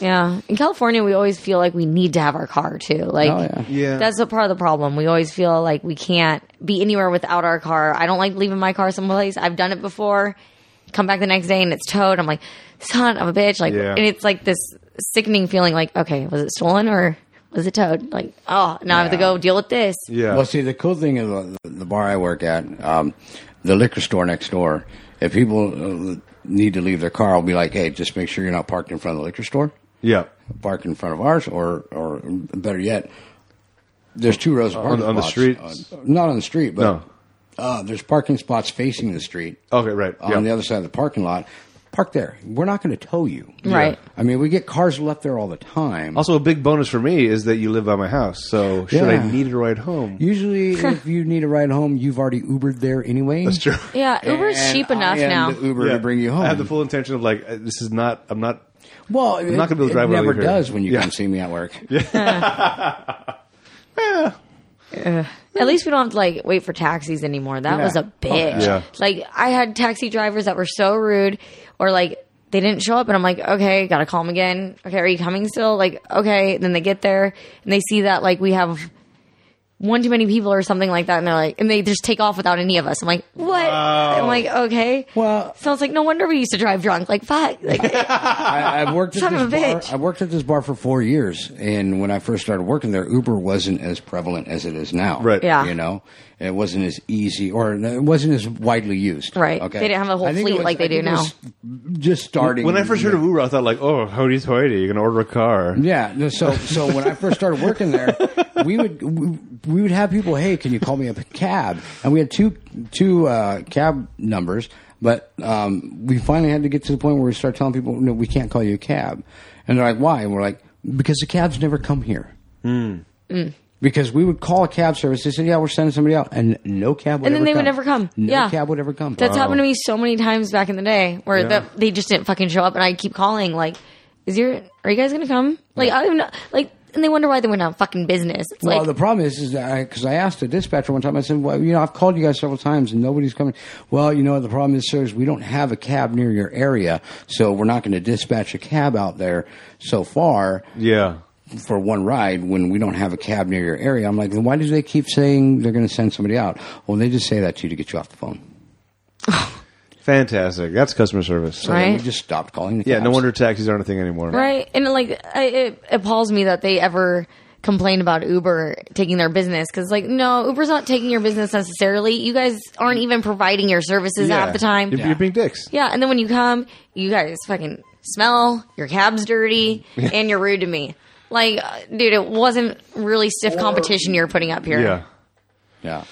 Yeah. In California, we always feel like we need to have our car too. Like, Oh, yeah. Yeah. that's a part of the problem. We always feel like we can't be anywhere without our car. I don't like leaving my car someplace. I've done it before. Come back the next day and it's towed. I'm like, son of a bitch. Like, Yeah. and it's like this sickening feeling like, okay, was it stolen or was it towed? Like, oh, now I have to Yeah. go deal with this. Yeah. Well, see, the cool thing is uh, the bar I work at, um, the liquor store next door. If people, uh, need to leave their car, I'll be like, hey, just make sure you're not parked in front of the liquor store. Yeah. Park in front of ours, or or better yet, there's two rows of parking on the spots. street? Uh, not on the street, but No. Oh, uh, there's parking spots facing the street Okay, right. on the other side of the parking lot. Park there. We're not going to tow you. Right. I mean, we get cars left there all the time. Also, a big bonus for me is that you live by my house. So, should I Yeah. need a ride home? Usually, if you need a ride home, you've already Ubered there anyway. That's true. Yeah, Uber's And cheap enough I am now. the Uber to bring you home. I have the full intention of like, uh, this is not. I'm not. well, I'm not gonna be able to drive It while never you're here. does when you Yeah. come see me at work. At least we don't have to like wait for taxis anymore. That Yeah. was a bitch. Oh, Yeah. Like I had taxi drivers that were so rude or like they didn't show up and I'm like, okay, gotta call them again. Okay, are you coming still? Like, okay. Then they get there and they see that like we have one too many people or something like that and they're like and they just take off without any of us. I'm like, what? Wow. I'm like, okay. Well- so it's like no wonder we used to drive drunk. Like fuck. Like I, I've worked at Son this of a bar. bitch. I worked at this bar for four years, and when I first started working there, Uber wasn't as prevalent as it is now. Right. Yeah. You know, it wasn't as easy, or it wasn't as widely used. Right. Okay. They didn't have a whole I think it fleet like they I think do it now. was Just starting. When I first heard of Uber, I thought like, oh, hoity toity, you're gonna order a car. Yeah. no, So so when I first started working there, we would we, we would have people. Hey, can you call me a cab? And we had two two uh, cab numbers, but um, we finally had to get to the point where we start telling people, no, we can't call you a cab. And they're like, why? And we're like, because the cabs never come here. Mm. Because we would call a cab service, they said, "Yeah, we're sending somebody out," and no cab would and then ever they come. would never come. No yeah. cab would ever come. That's happened to me so many times back in the day where Yeah. that they just didn't fucking show up, and I keep calling like, "Is your are you guys gonna come?" Like I don't even know, like, and they wonder why they went out of fucking business. It's Well, like the problem is, is that because I, asked the dispatcher one time, I said, "Well, you know, I've called you guys several times and nobody's coming." Well, you know, the problem is, sir, is we don't have a cab near your area, so we're not going to dispatch a cab out there so far Yeah. for one ride when we don't have a cab near your area. I'm like, then why do they keep saying they're going to send somebody out? Well, they just say that to you to get you off the phone. Fantastic. That's customer service. So then Right. we just stopped calling the. Yeah. No cabs. wonder taxis aren't a thing anymore. right, and like I, it appalls me that they ever complain about Uber taking their business because like no, Uber's not taking your business necessarily. You guys aren't even providing your services half the time. You're, Yeah. you're being dicks. and then when you come, you guys fucking smell. Your cab's dirty, and you're rude to me. Like, uh, dude, it wasn't really stiff competition you were putting up here. Yeah. Yeah.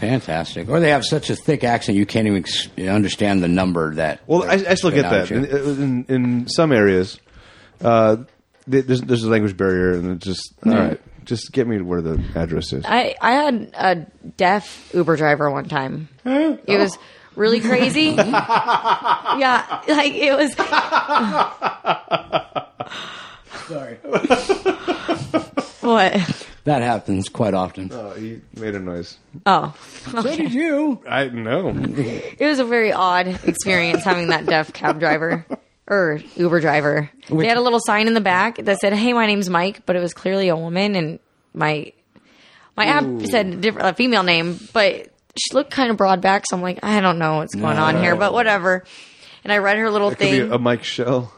Fantastic. Or they have such a thick accent you can't even ex- understand the number that. Well, I, I still get that in, in, in some areas. Uh, th- there's there's a language barrier, and it's just all right. Just get me to where the address is. I, I had a deaf Uber driver one time. It was really crazy. yeah, like it was. Sorry. What? That happens quite often. Oh, he made a noise. Oh, So did you? I know. it was a very odd experience having that deaf cab driver or Uber driver. They had a little sign in the back that said, "Hey, my name's Mike," but it was clearly a woman, and my my app said a, different, a female name, but she looked kind of broad back, so I'm like, I don't know what's going on here, but whatever. And I read her little Could thing. be a Mike Shell.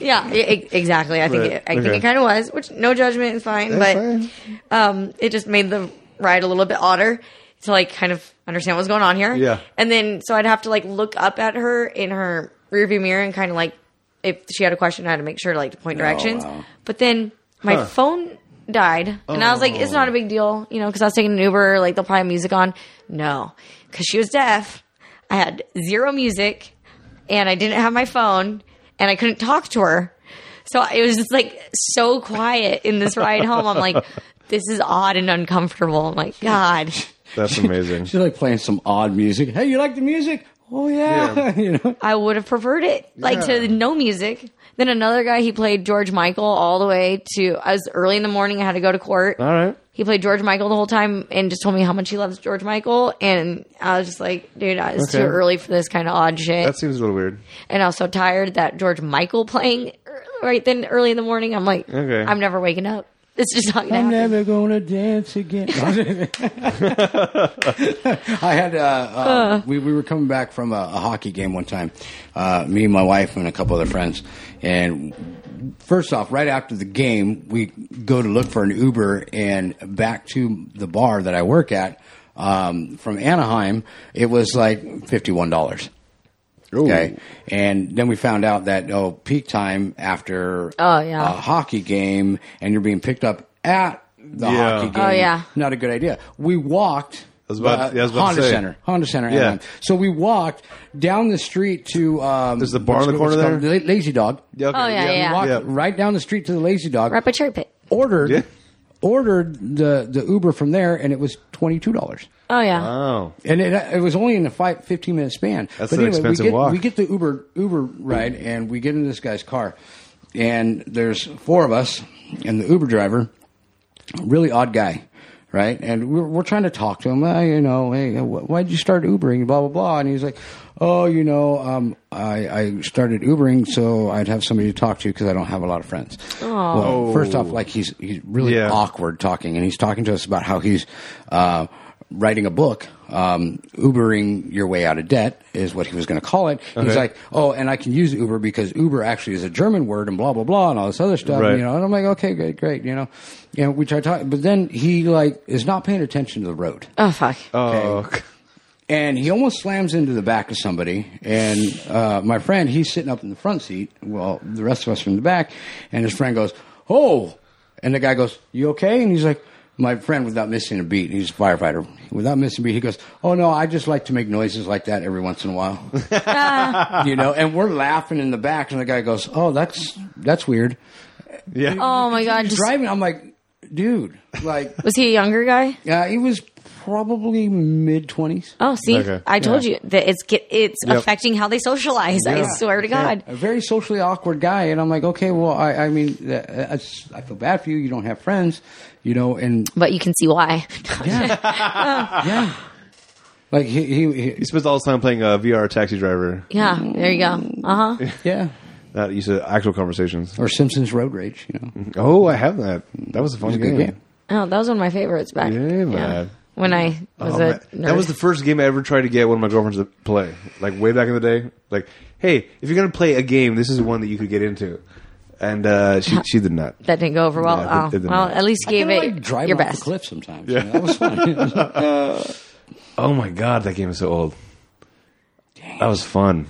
Yeah, e- e- exactly. I think Right. it, I Okay. think it kind of was, which no judgment is fine, fine. but um, it just made the ride a little bit odder to like kind of understand what's going on here. Yeah. and then so I'd have to like look up at her in her rearview mirror and kind of like if she had a question, I had to make sure like to point directions. wow. But then my Oh, Huh. phone died, and I was like, it's not a big deal, you know, because I was taking an Uber, like they'll probably have music on. No, because she was deaf. I had zero music and I didn't have my phone and I couldn't talk to her. So it was just like so quiet in this ride home. I'm like, this is odd and uncomfortable. I'm like, God. That's amazing. She's like playing some odd music. Hey, you like the music? Oh yeah. Yeah. you know. I would have preferred it like Yeah. to no music. Then another guy, he played George Michael all the way to. I was early in the morning. I had to go to court. All right. He played George Michael the whole time and just told me how much he loves George Michael. And I was just like, dude, it's Okay. too early for this kind of odd shit. That seems a little weird. and I was so tired that George Michael playing er- right then early in the morning. I'm like, Okay. I'm never waking up. It's just not gonna I'm happen. never gonna dance again. I had uh, uh, we we were coming back from a, a hockey game one time, uh, me and my wife and a couple other friends, and first off, right after the game, we go to look for an Uber and back to the bar that I work at um, from Anaheim. It was like fifty one dollars. Okay, and then we found out that oh, peak time after Oh, yeah. a hockey game, and you're being picked up at the Yeah. hockey game. Oh, yeah. not a good idea. We walked. was about- yeah, I was about to Honda say. Center, Honda Center. Yeah. Anaheim. So we walked down the street to. Um, There's the bar what's in the it- what's corner it called? La- Lazy Dog. Yeah, okay, Oh, yeah, We yeah. walked Yeah. right down the street to the Lazy Dog. Right by Cherry Pit. Ordered. Yeah. Ordered the, the Uber from there, and it was twenty two dollars. Oh yeah. Wow. And it, it was only in a five, 15 minute span. That's but an anyway, expensive we get, walk. We get the Uber Uber ride, and we get into this guy's car, and there's four of us, and the Uber driver, really odd guy, right? And we're, we're trying to talk to him. Uh, you know, hey, wh- why'd you start Ubering? Blah blah blah. And he's like, oh, you know, um, I, I started Ubering so I'd have somebody to talk to because I don't have a lot of friends. Well, first off, like he's he's really Yeah. awkward talking, and he's talking to us about how he's. Uh, Writing a book, um, Ubering your way out of debt is what he was going to call it. He's Okay. like, "Oh, and I can use Uber because Uber actually is a German word and blah blah blah and all this other stuff." Right. You know, and I'm like, okay, great, great, you know. And we try to talk, but then he like is not paying attention to the road, Oh fuck. Oh. and he almost slams into the back of somebody. And uh, my friend, he's sitting up in the front seat, well, the rest of us from the back, and his friend goes, "Oh," and the guy goes, "You okay?" And he's like. My friend, without missing a beat, he's a firefighter. Without missing a beat, he goes, "Oh no, I just like to make noises like that every once in a while." you know, and we're laughing in the back, and the guy goes, "Oh, that's that's weird." Yeah. Oh my god. He's Just, driving. I'm like, dude, like, was he a younger guy? yeah, he was probably mid twenties. Oh, see, Okay. I told you that it's get it's Yep. affecting how they socialize. I swear to God. a very socially awkward guy, and I'm like, okay, well, I, I mean, uh, uh, it's- I feel bad for you. You don't have friends, you know, and But you can see why. yeah, like he, he, He he spends all his time playing uh, VR Taxi Driver. yeah, there you go. Uh huh. yeah, That used to actual conversations. or Simpsons road rage, you know, Oh, I have that. That was a fun It's a game. good game. Oh, that was one of my favorites back. Yeah, man. When I Oh, was a man. That nerd. was the first game I ever tried to get one of my girlfriends to play. Like way back in the day. Like, hey, if you're gonna play a game, this is one that you could get into. And uh, she she did not. that didn't go over well. Yeah, it oh, didn't- well, at least you gave Kinda it driving your off best. the cliff sometimes. Yeah, that was fun. Oh my god, that game is so old. That was fun.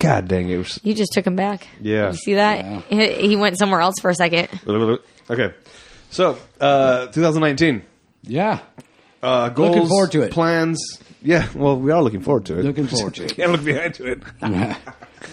god dang it. was- You just took him back. Yeah. You see that? He, he went somewhere else for a second. Okay. So, uh, 2019. yeah, Uh, goals, Looking forward to it. Plans. Yeah, well, we are looking forward to it. looking forward to it. Can't look behind to it.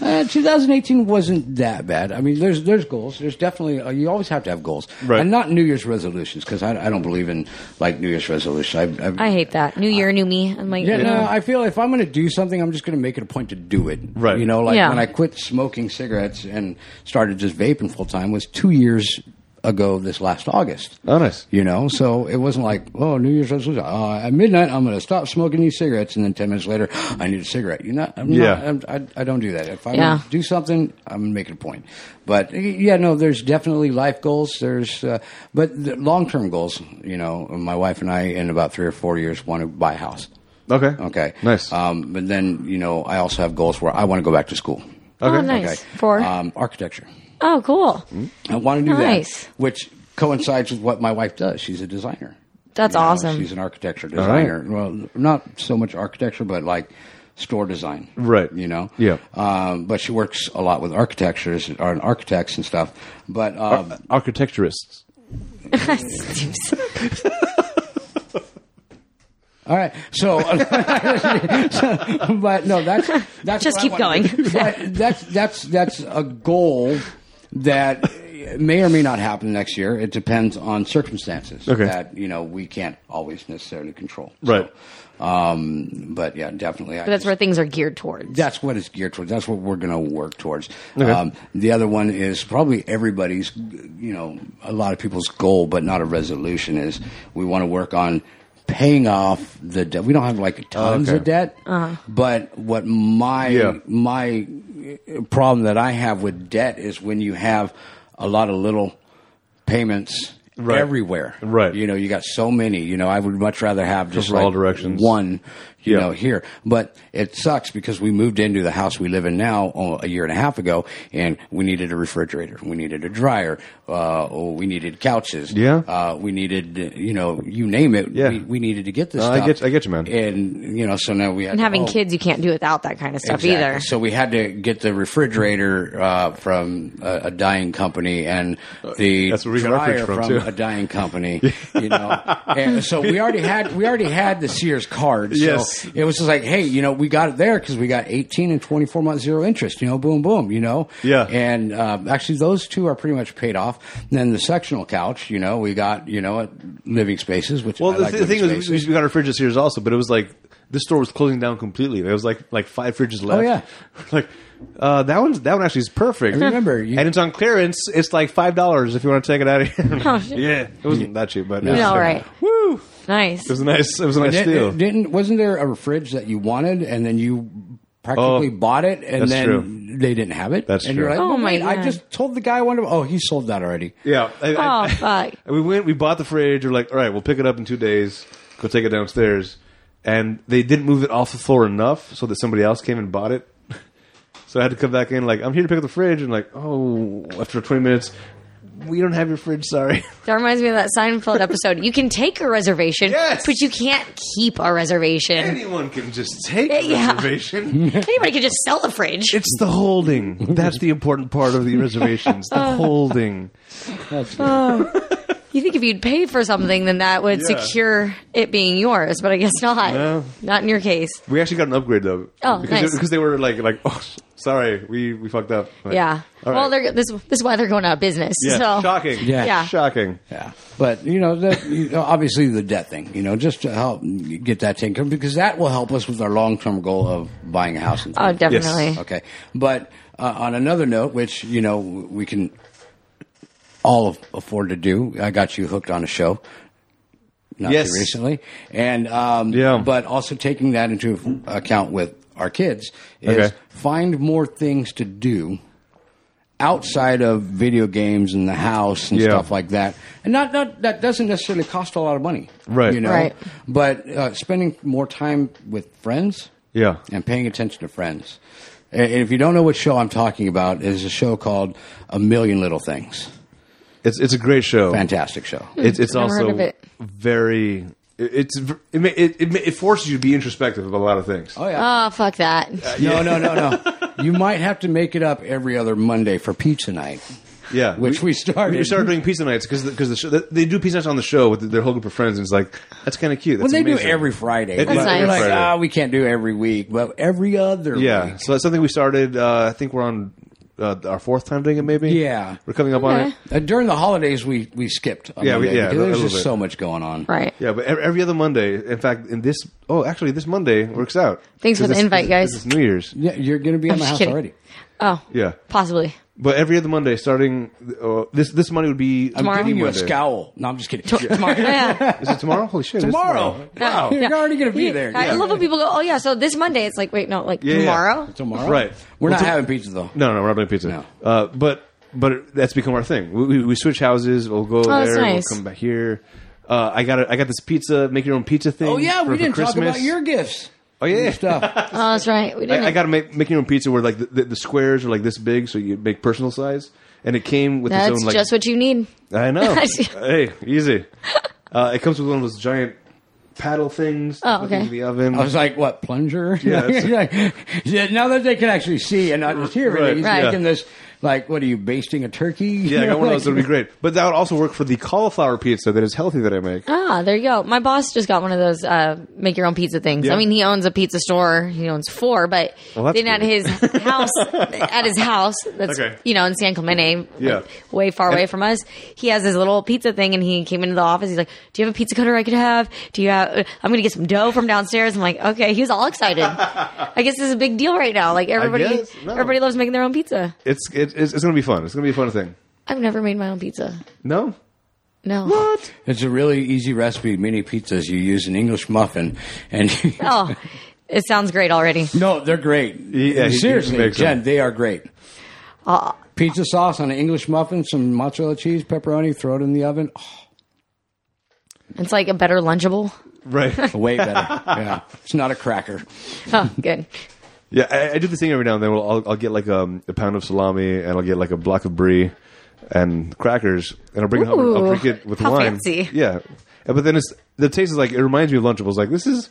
Uh, 2018 wasn't that bad. I mean, there's there's goals. There's definitely uh, you always have to have goals, Right. and not New Year's resolutions because I, I don't believe in like New Year's resolutions. I've, I've, I hate that. New year, new me. I'm like, Yeah, no, ugh. I feel if I'm going to do something, I'm just going to make it a point to do it. Right. You know, like Yeah. when I quit smoking cigarettes and started just vaping full time was two years ago this last August. Oh, nice. You know, so it wasn't like, oh, New Year's resolution. Uh, at midnight, I'm going to stop smoking these cigarettes, and then ten minutes later, I need a cigarette. You know, I'm Yeah. not, I'm, I, I don't do that. If I Yeah. do something, I'm making a point. But y- yeah, no, there's definitely life goals. There's, uh, but the long term goals. You know, my wife and I, in about three or four years, want to buy a house. Okay. Okay, Nice. Um, but then you know, I also have goals where I want to go back to school. oh, okay, Uh, hmm? nice. Four. um, architecture. oh, cool. I want to do Nice. that, which coincides with what my wife does. She's a designer. That's You know, awesome. She's an architecture right. designer. Well, not so much architecture, but like store design. Right. You know. Yeah. Um, but she works a lot with architectures or architects and stuff. But um, Architecturists. all right. So, so- but no, that's that's Just what I keep wanna do. But that's that's that's a goal that may or may not happen next year. It depends on circumstances Okay. that you know we can't always necessarily control. Right. So, um, but yeah, definitely. but that's where things are geared towards. that's what it's geared towards. That's what we're going to work towards. Okay. Um, the other one is probably everybody's, you know, a lot of people's goal, but not a resolution. Is we want to work on paying off the debt. We don't have like tons Okay. of debt, but what my Yeah. my uh, problem that I have with debt is when you have a lot of little payments. Right. Everywhere, Right. You know, you got so many. You know, I would much rather have just from all like directions. One, you Yeah. know, here. But it sucks because we moved into the house we live in now uh, a year and a half ago, and we needed a refrigerator, we needed a dryer, uh, oh, we needed couches, Yeah. uh, we needed, uh, you know, you name it, Yeah. we, we needed to get this. No, I stuff. get- I get you, man. And you know, so now we had And having oh, kids, you can't do without that kind of stuff Exactly. either. So we had to get the refrigerator uh, from a, a dyeing company and the Uh, That's where we got our fridge dryer from, from, too. a dyeing company. you know, and so we already had we already had the Sears card. So Yes. it was just like, hey, you know, we got it there because we got eighteen and twenty four month zero interest. You know, boom, boom. You know, Yeah. And um, actually, those two are pretty much paid off. And then the sectional couch, you know, we got you know at living spaces, which Well, I the, like th- the Living thing was, Spaces. we we got our fridges here also, but it was like this store was closing down completely. There was like like five fridges left. Oh, yeah. like uh, that one's that one actually is perfect. I remember you- and it's on clearance. It's like five dollars if you want to take it out of here. Oh, shit. yeah, it wasn't that cheap, but You know, Yeah. right? Woo! Nice. It was a nice. It was a nice Didn't- deal. Didn't wasn't there a fridge that you wanted and then you practically Oh, bought it and that's then true. they didn't have it? That's and true. You're like, Oh "Well, my wait, I God. just told the guy I wanted. Oh, he sold that already. Yeah. I, I- Oh, fuck. And we went. We bought the fridge. We're like, all right, we'll pick it up in two days. Go take it downstairs. And they didn't move it off the floor enough so that somebody else came and bought it. So I had to come back in. Like, I'm here to pick up the fridge. And like, oh, after 20 minutes, we don't have your fridge. Sorry. That reminds me of that Seinfeld episode. You can take a reservation, Yes. but you can't keep a reservation. Anyone can just take Yeah, a yeah. reservation. Anybody could just sell a fridge. It's the holding. That's the important part of the reservations. Oh. The holding. You think if you'd pay for something, then that would Yeah. secure it being yours, but I guess not. No. Not in your case. We actually got an upgrade though. Oh, because they- nice. because they were like, like, oh, sorry, we we fucked up. Like, Yeah. all Well, right. they're, this, this is why they're going out of business. Yeah. So. Shocking. Yeah. Yeah. Shocking. Yeah, but you know, that, you know, obviously the debt thing. You know, just to help get that taken care of, because that will help us with our long term goal of buying a house. And Oh, definitely. Okay, but uh, on another note, which you know we can all afford to do, I got you hooked on a show. Not Yes. too recently, and um, Yeah. but also taking that into account with our kids is Okay. find more things to do outside of video games and the house and Yeah. stuff like that, and not, not that doesn't necessarily cost a lot of money, Right. You know, Right. but uh, spending more time with friends, Yeah. and paying attention to friends. And and if you don't know what show I'm talking about, it's a show called A Million Little Things. It's it's a great show. Fantastic show. It's it's Never also heard of it. very. it- It's v- it, ma- it it ma- it forces you to be introspective about a lot of things. Oh yeah. Oh, fuck that. no, no, no, no. you might have to make it up every other Monday for pizza night. yeah, which we started. We started doing pizza nights because because the, show, they do pizza nights on the show with their whole group of friends, and it's like that's kind of cute. Well, That's they amazing. do every Friday. It- but That's You're nice. like, Friday. ah, we can't do every week, but every other Yeah, week. so that's something we started. Uh, I think we're on uh, our fourth time doing it. Maybe. Yeah. we're coming up on Okay. it. Uh, during the holidays, we, we skipped. a Yeah, we- Monday yeah, because a- a there's little just bit. so much going on. Right. Yeah, but ev- every other Monday. In fact, in this oh, actually, this Monday works out. Thanks for 'Cause the this- invite, this- guys. This is New Year's. Yeah, you're going to be in I'm my just house kidding. already. Oh. Yeah. Possibly. But every other Monday, starting uh, this this Monday would be I'm Tomorrow? Give giving you a Monday. scowl. No, I'm just kidding. Tomorrow. Yeah. Is it tomorrow? Holy shit! it is Tomorrow. Wow. Yeah. You're already going to be Yeah. there. I Yeah. love when people go, oh, yeah, so this Monday, it's like, wait, no, like Yeah, yeah. tomorrow? Tomorrow? Right. We're Well, not to- having pizza, though. No, no, we're not doing pizza. No. Uh, but but it- that's become our thing. We, we, we switch houses. We'll go that's there. nice. We'll come back here. Uh, I got a, I got this pizza. Make your own pizza thing. Oh, yeah, for- we for didn't talk Christmas. about your gifts. oh yeah yeah. Stuff. Oh, that's right. We didn't. I, I got to make make your own pizza where like the, the, the squares are like this big, so you make personal size. And it came with that's its own like just what you need. I know. hey, easy. Uh, it comes with one of those giant paddle things. Oh, to put into okay. The oven. I was like, what, plunger? Yeah, that's- Yeah, now that they can actually see and not just hear Right, it, he's Right. making this, like, what are you, basting a turkey? Yeah, I got one of those. It'd be great. But that would also work for the cauliflower pizza that is healthy that I make. Ah, there you go. My boss just got one of those uh, make your own pizza things. Yeah. I mean, he owns a pizza store. He owns four, but Well, that's then at good. his house, at his house, that's Okay. you know in San Clemente, like, Yeah. way far away from us, he has his little pizza thing, and he came into the office. He's like, "Do you have a pizza cutter I could have? Do you have? I'm gonna get some dough from downstairs." I'm like, "Okay." He was all excited. I guess this is a big deal right now. Like everybody, guess, no. everybody loves making their own pizza. It's it, it's, it's going to be fun. It's going to be a fun thing. I've never made my own pizza. No. No. What? It's a really easy recipe. Mini pizzas. You use an English muffin, and Oh, it sounds great already. no, they're great. Yeah, he- he Seriously, makes them. Jen, they are great. Uh, Pizza sauce on an English muffin, some mozzarella cheese, pepperoni. Throw it in the oven. Oh, It's like a better lunchable. Right. Way better. yeah. It's not a cracker. Oh, good. Yeah, I, I do this thing every now and then. Well, I'll, I'll get like um, a pound of salami and I'll get like a block of brie and crackers, and I'll bring it home. and I'll Ooh, drink it with how wine. fancy. Yeah, And- but then it's the taste is like it reminds me of Lunchables. Like this is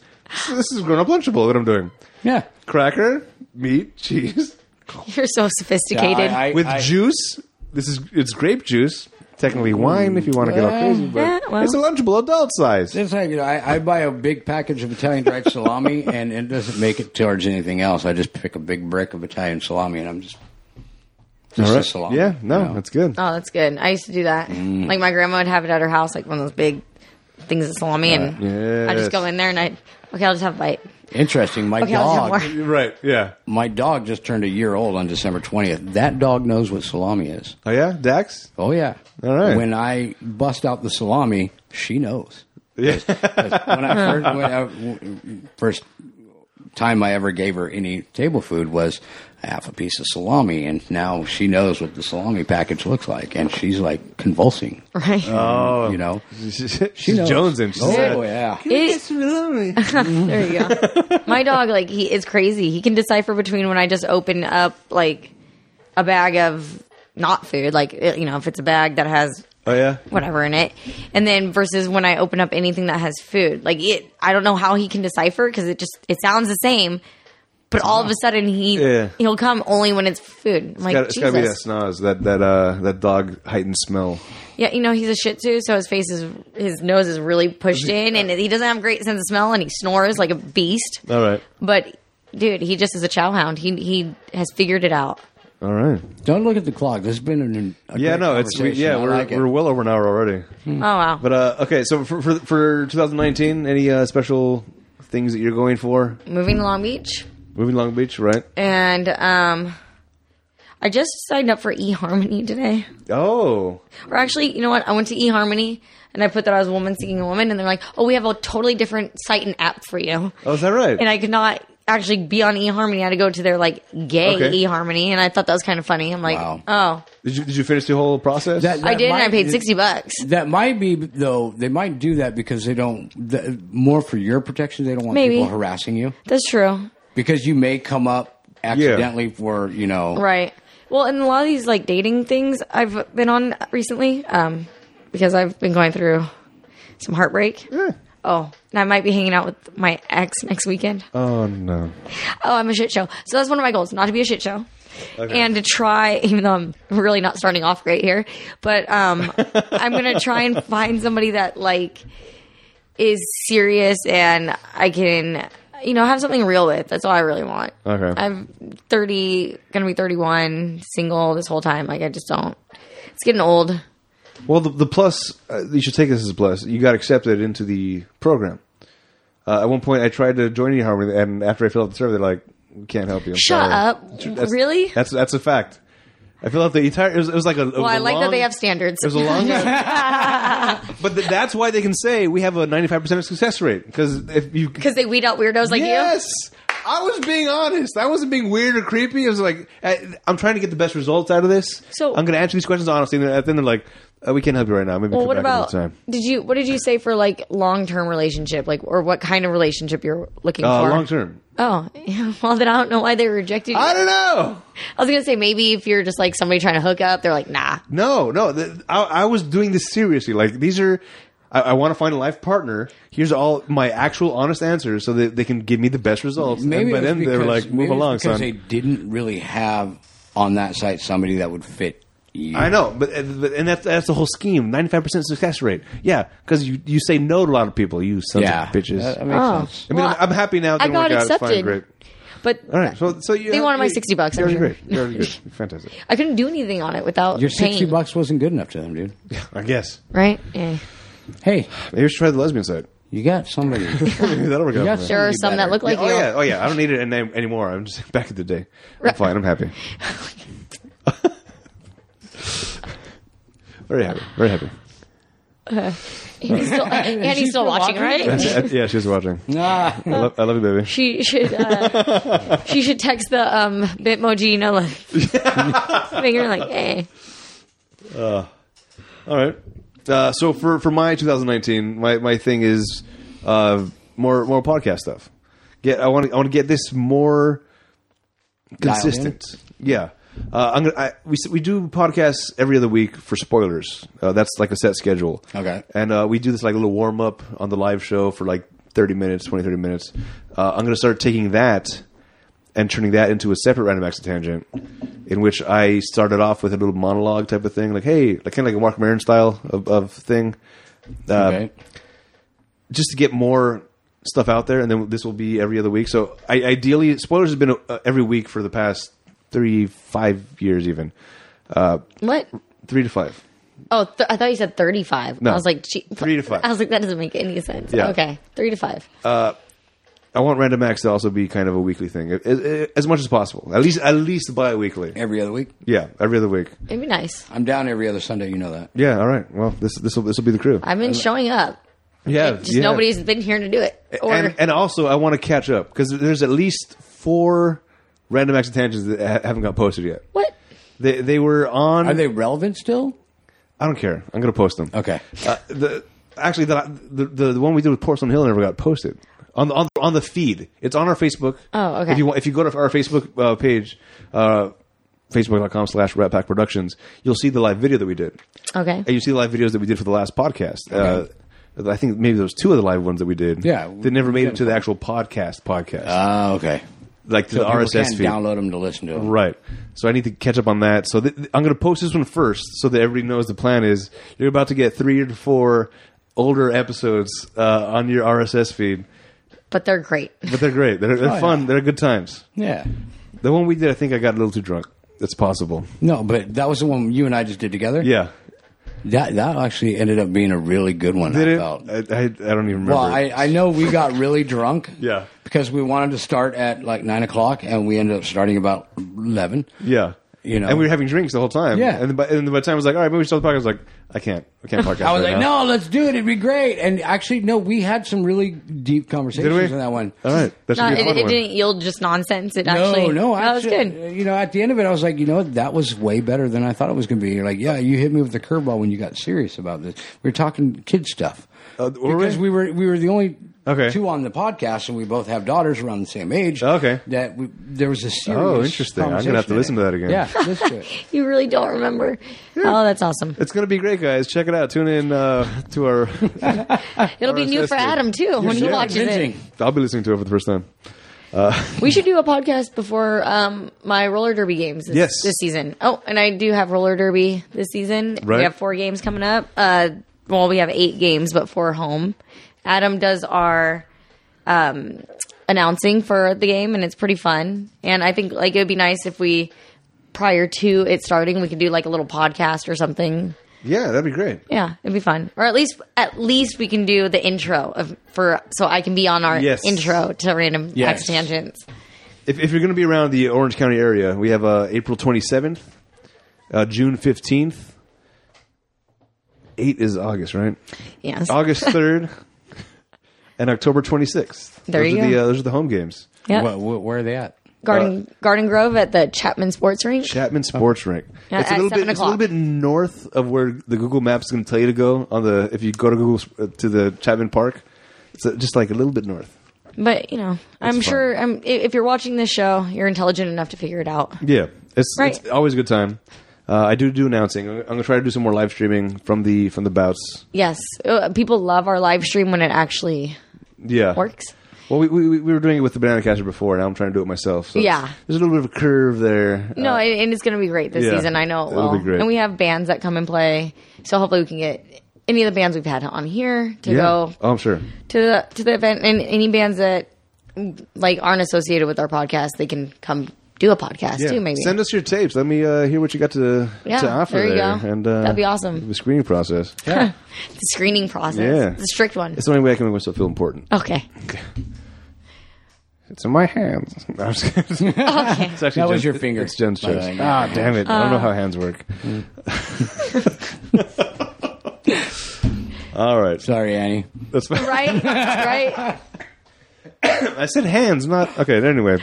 this is grown up Lunchable that I'm doing. Yeah. Cracker, meat, cheese You're so sophisticated. I- I- with juice. This is it's grape juice. Technically wine, if you want to get all crazy, but yeah, well. it's a Lunchable adult size. It's like, you know, I, I buy a big package of Italian dried salami and it doesn't make it towards anything else. I just pick a big brick of Italian salami and I'm just, just All a salami. Yeah, no, you know? that's good. oh, that's good. I used to do that. Mm. Like my grandma would have it at her house, like one of those big things of salami, and I'd Yes. just go in there and I, okay, I'll just have a bite. Interesting. My Okay, I'll dog, just have more. Right? Yeah. my dog just turned a year old on December 20th. That dog knows what salami is. Oh yeah, Dax. Oh yeah. All right. When I bust out the salami, she knows. Yeah. 'Cause when I first, when I w first time I ever gave her any table food was a half a piece of salami, and now she knows what the salami package looks like, and she's like convulsing. Right. Oh, you know, She's, knows. Jones and she's oh sad. yeah, It- there you go. My dog, like he is crazy. He can decipher between when I just open up like a bag of not food, like it- you know, if it's a bag that has Oh yeah. whatever in it, and then versus when I open up anything that has food. Like it, I don't know how he can decipher because it just it sounds the same, but all of a sudden he Yeah. he'll come only when it's food. I'm like Gotta- it's got to be that Jesus, snaz, that that uh, that dog heightened smell. yeah, you know he's a Shih Tzu, so his face is his nose is really pushed in, and he doesn't have a great sense of smell, and he snores like a beast. All right, But dude, he just is a chow hound. He he has figured it out. all right. don't look at the clock. This has been an a Yeah, great no, it's we, conversation. yeah, I we're like it. Hmm. we're well over an hour already. Oh wow. But uh, okay, so for for, for 2019, any uh, special things that you're going for? Moving to Long Beach, Moving to Long Beach, right? and um, I just signed up for eHarmony today. Oh, Or actually, you know what? I went to eHarmony and I put that I was a woman seeking a woman, and they're like, "Oh, we have a totally different site and app for you." oh, is that right? And I could not actually be on eHarmony. I had to go to their like gay Okay. eHarmony, and I thought that was kind of funny. I'm like, Wow. "Oh, did you did you finish the whole process? That- I did, and I might- paid sixty bucks." That might be though. They might do that because they don't the, more for your protection. They don't want Maybe. people harassing you That's true. because you may come up accidentally for you know Right. Well, and a lot of these like dating things I've been on recently, um, because I've been going through some heartbreak. Hmm. Oh, and I might be hanging out with my ex next weekend. Oh, oh no. I'm a shit show. So that's one of my goals, not to be a shit show. Okay. And to try, even though I'm really not starting off great here, but um, I'm gonna try and find somebody that like is serious and I can, you know, have something real with. That's all I really want. Okay. I'm 30, gonna be 31, single this whole time. Like, I just don't. It's getting old. Well, the, the plus, uh, you should take this as a plus. You got accepted into the program. Uh, at one point, I tried to join eHarmony, and after I filled out the survey, they're like, "We can't help you." I'm Shut sorry." up. That's- Really? That's that's a fact. I filled out the entire. It was, it was like a. well, I like that they have standards. It was a long. but th- that's why they can say we have a ninety-five percent success rate because if you Because they weed out weirdos like yes. I was being honest. I wasn't being weird or creepy. I was like, I, I'm trying to get the best results out of this. So- I'm going to answer these questions honestly. And then they're like, uh, "We can't help you right now. Maybe you. Well, come what back another about time." did you? What did you say for like long term relationship, like or what kind of relationship you're looking Uh, for? long term. Oh, yeah. well then I don't know why they rejected you. I don't know. I was gonna say maybe if you're just like somebody trying to hook up, they're like, nah. No, no. th- I, I was doing this seriously. Like these are. I, I want to find a life partner. Here's all my actual honest answers, so that they can give me the best results. Maybe and by it was then they're like, because- maybe "Move it's along, because son." They didn't really have on that site somebody that would fit. You. I know, but, but and that's that's the whole scheme. Ninety five percent success rate. Yeah, because you you say no to a lot of people. You sons of Yeah, bitches. That, that Uh, I makes Oh. sense. mean, Well, I'm, I'm happy now. It I didn't work got out. It's accepted. Fine, great. But All right, so so you They wanted my you- 60 bucks, You're I'm sure. great. You're great. Fantastic. I couldn't do anything on it without Your sixty paying, bucks wasn't good enough to them, dude. I guess. right? Yeah. Hey, Maybe we should try the lesbian side. you got somebody. That'll work out. got for me. some- There are Be some that better. look like oh you. yeah, oh yeah. I don't need it any, anymore. I'm just back at the day. I'm Right. fine. I'm happy. very happy. Very happy. And he's still, and he's still watching, right? yeah, she's watching. Uh, nah, I love, I love you, baby. She should. Uh, she should text the um, Bitmoji Nola. Finger like, "Eh." hey, All right. Uh, so for for my 2019, my my thing is uh, more more podcast stuff. Get I want to I want to get this more consistent. Yeah. Uh, I'm gonna, I, we s- we do podcasts every other week for spoilers. Uh, that's like a set schedule. Okay. And uh, we do this like a little warm up on the live show for like 30 minutes, 20, 30 minutes. Uh, I'm going to start taking that and turning that into a separate random acts of tangent, in which I started off with a little monologue type of thing, like hey, like kind of like a Mark Maron style of, of thing. Uh, Okay. just to get more stuff out there, and then this will be every other week. So I, ideally, spoilers has been uh, every week for the past three, five years, even What? three to five. Oh, th- I thought you said 35. No. I was like, gee- Three to five. I was like, that doesn't make any sense. Yeah. Uh, Okay, three to five. I want Random Acts to also be kind of a weekly thing, as, as much as possible. At least, at least bi-weekly. Every other week. Yeah, every other week. It'd be nice. I'm down every other Sunday. You know that. Yeah, all right. Well, this this will this will be the crew. I've been showing up. yeah, Just yeah. nobody's been here to do it. Or and, and also, I want to catch up because there's at least four Random Acts and Tangents that ha- haven't got posted yet. what? They they were on. Are they relevant still? I don't care. I'm gonna post them. Okay. Uh, the actually the, the the the one we did with Porcelain Hill never got posted on the, on the, on the feed. It's on our Facebook. Oh, okay. If you want, if you go to our Facebook uh, page, uh, facebook.com slash Rat Pack Productions, you'll see the live video that we did, Okay. and you see the live videos that we did for the last podcast. Uh, I think maybe there was two of the live ones that we did. Yeah. that never made it to the actual podcast podcast, Ah, okay. like to the People RSS can't feed. Download them to listen to them. Right. So I need to catch up on that. So th- th- I'm going to post this one first so that everybody knows the plan is you're about to get three or four older episodes uh, on your RSS feed. But they're great. But they're great. They're, they're Oh, yeah. fun. They're good times. Yeah. The one we did, I think I got a little too drunk. It's possible. No, but that was the one you and I just did together. Yeah. That that actually ended up being a really good one. Did I it? felt. I, I, I don't even remember. Well, I, I know we got really drunk. Yeah. Because we wanted to start at like nine o'clock, and we ended up starting about eleven. yeah. you know. And we were having drinks the whole time. Yeah. And then by, and then by the time I was like, all right, maybe we should start the podcast. I was like, I can't. I can't podcast. I was right like, now. no, let's do it. It'd be great. And actually, no, we had some really deep conversations Did we? in that one. All right. That should No, be a it, fun it one. didn't yield just nonsense. It No, actually. no, that was actually, uh, good. You know, at the end of it, I was like, you know, what? that was way better than I thought it was going to be. You're like, yeah, you hit me with the curveball when you got serious about this. We were talking kid stuff Uh, were because we? we were we were the only Okay. two on the podcast, and we both have daughters around the same age. Okay. that we, there was a serious. Oh, interesting. I'm gonna have to conversation in listen it. to that again. Yeah, listen to it. You really don't remember. Oh, that's awesome. It's gonna be great, guys. Check it out. Tune in uh, to our. It'll be new for RSS feed. Adam too when he sure. watches it. I'll be listening to it for the first time. We should do a podcast before um, my roller derby games this, Yes. this season. Oh, and I do have roller derby this season. Right. We have four games coming up. Uh, well, we have eight games, but four home. Adam does our um, announcing for the game, and it's pretty fun. And I think like it would be nice if we, prior to it starting, we could do like a little podcast or something. Yeah, that'd be great. Yeah, it'd be fun. Or at least at least we can do the intro of for so I can be on our Yes. intro to random Yes. X tangents. If, if you're gonna be around the Orange County area, we have uh, April 27th, uh, June 15th. Eight is August, right? Yes. August 3rd and October 26th. There those you are The, go. uh, those are the home games. Yeah. What, what, where are they at? Garden Uh, Garden Grove at the Chapman Sports Rink. Chapman Sports Rink. Yeah, it's a at little 7 bit. It's a little o'clock. bit north of where the Google Maps is going to tell you to go on the. If you go to Google uh, to the Chapman Park, it's uh, just like a little bit north. But you know, I'm fun. sure I'm, i- if you're watching this show, you're intelligent enough to figure it out. Yeah, it's Right. it's always a good time. Uh, I do do announcing. I'm gonna try to do some more live streaming from the from the bouts. Yes, Uh, people love our live stream when it actually Yeah, works. Well, we, we we were doing it with the banana catcher before, and now I'm trying to do it myself. So Yeah. it's- there's a little bit of a curve there. No, Uh, and and it's going to be great this yeah, season. I know it it'll will. be great. And we have bands that come and play, so hopefully we can get any of the bands we've had on here to yeah. go Oh, I'm sure. to the to the event and any bands that like aren't associated with our podcast they can come do a podcast Yeah. too maybe Send us your tapes. Let me uh, hear what you got to Yeah, to offer there you go. And uh, That'd be awesome. The screening process. the screening process Yeah. the strict one It's the only way I can make myself feel important. okay It's in my hands. No, I'm just kidding. okay It's actually That was Jen's- your finger, It's Jen's by the chest. way. Ah, damn it! I don't know Uh, how hands work. All right, Sorry, Annie. Uh, that's fine. right right I said hands, not okay. Anyway,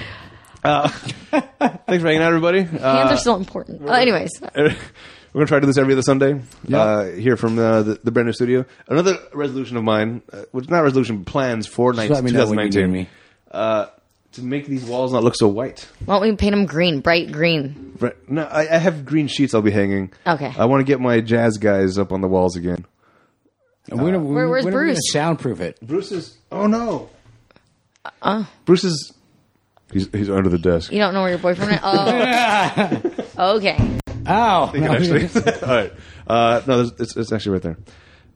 uh, thanks for hanging out, everybody. Uh, hands are still important oh, Uh, anyways we're We're gonna try to do this every other Sunday. Yeah. Uh, here from uh, the, the brand new studio. Another resolution of mine, uh, which is not resolution, but plans for night, let me know when you 2019. need me. Uh, to make these walls not look so white. Why don't we paint them green, bright green? Right. No, I, I have green sheets. I'll be hanging. Okay. I want to get my jazz guys up on the walls again. When are we- Where- where's when are we gonna Bruce? soundproof it. Bruce is. Oh no. Uh. Bruce is. He's he's under the desk. You don't know where your boyfriend is? Oh. okay. Ow! You can actually. All right. Uh, no, there's- it's, it's actually right there.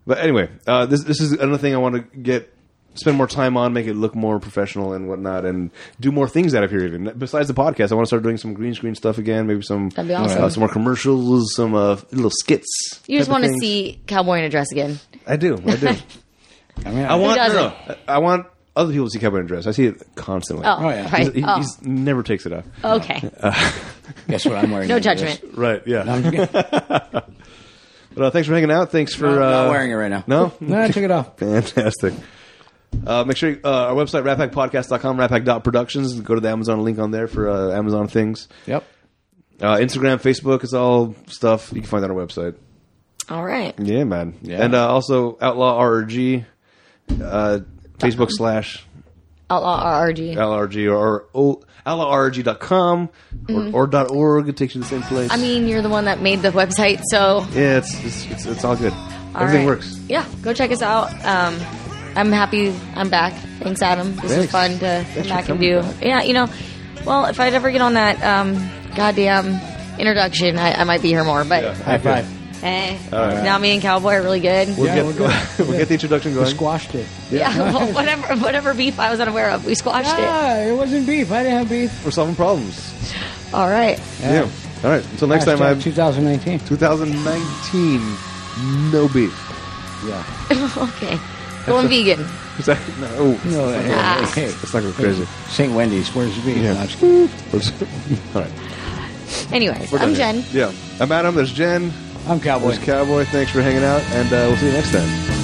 But anyway, uh, this this is another thing I want to get spend more time on, make it look more professional and whatnot, and do more things out of here. Even besides the podcast, I want to start doing some green screen stuff again. Maybe some That'd be awesome. uh, some more commercials, some uh, little skits. You just type of want to things. see Cowboy in a dress again. I do. I do. I mean, I want. No, doesn't? no, I I want other people to see Cowboy in a dress. I see it constantly. Oh, yeah. right. He's, he oh. he's never takes it off. okay. guess what I'm wearing? no under this? judgment. Right. Yeah. but uh, thanks for hanging out. Thanks for I'm uh, not wearing it right now. No. Nah, I took it off. Fantastic. Uh, make sure you, uh, our website, ratpackpodcast.com, ratpack.productions. Go to the Amazon link on there for uh, Amazon things. Yep. Uh, Instagram, Facebook, it's all stuff. You can find that on our website. All right. Yeah, man. Yeah. And uh, also Outlaw RRG, uh, Facebook slash Outlaw RRG. LRG or, oh, or outlawrg.com or, or dot .org. It takes you to the same place. Mm-hmm. I mean, you're the one that made the website, so yeah, it's, it's, it's, it's all good. all Everything right. works. Yeah, go check us out. Um, I'm happy I'm back. Thanks, Adam. This was Thanks. fun to Thanks come for back and coming do. back. Yeah, you know, well, if I'd ever get on that um, goddamn introduction, I, I might be here more. But High five. hey, now me and Cowboy are really good. We'll, Yeah, get, we're we'll, good. get the introduction going. Squashed it. yeah, well, whatever, whatever beef I was unaware of, we squashed Ah, it wasn't beef. I didn't have beef. We're solving problems. it. All right. Yeah. All right. Until next time, Hashtag I've. 2019. 2019, no beef. Yeah. okay. Going vegan. Is that, no, No, hey, hey, hey. it's not going crazy. St. Wendy's, where's the beef? Yeah. No, I'm just kidding. All right, Anyways, we're done I'm here. Jen. Yeah, I'm Adam. There's Jen. I'm Cowboy. There's Cowboy. Thanks for hanging out, and uh, we'll see you next time.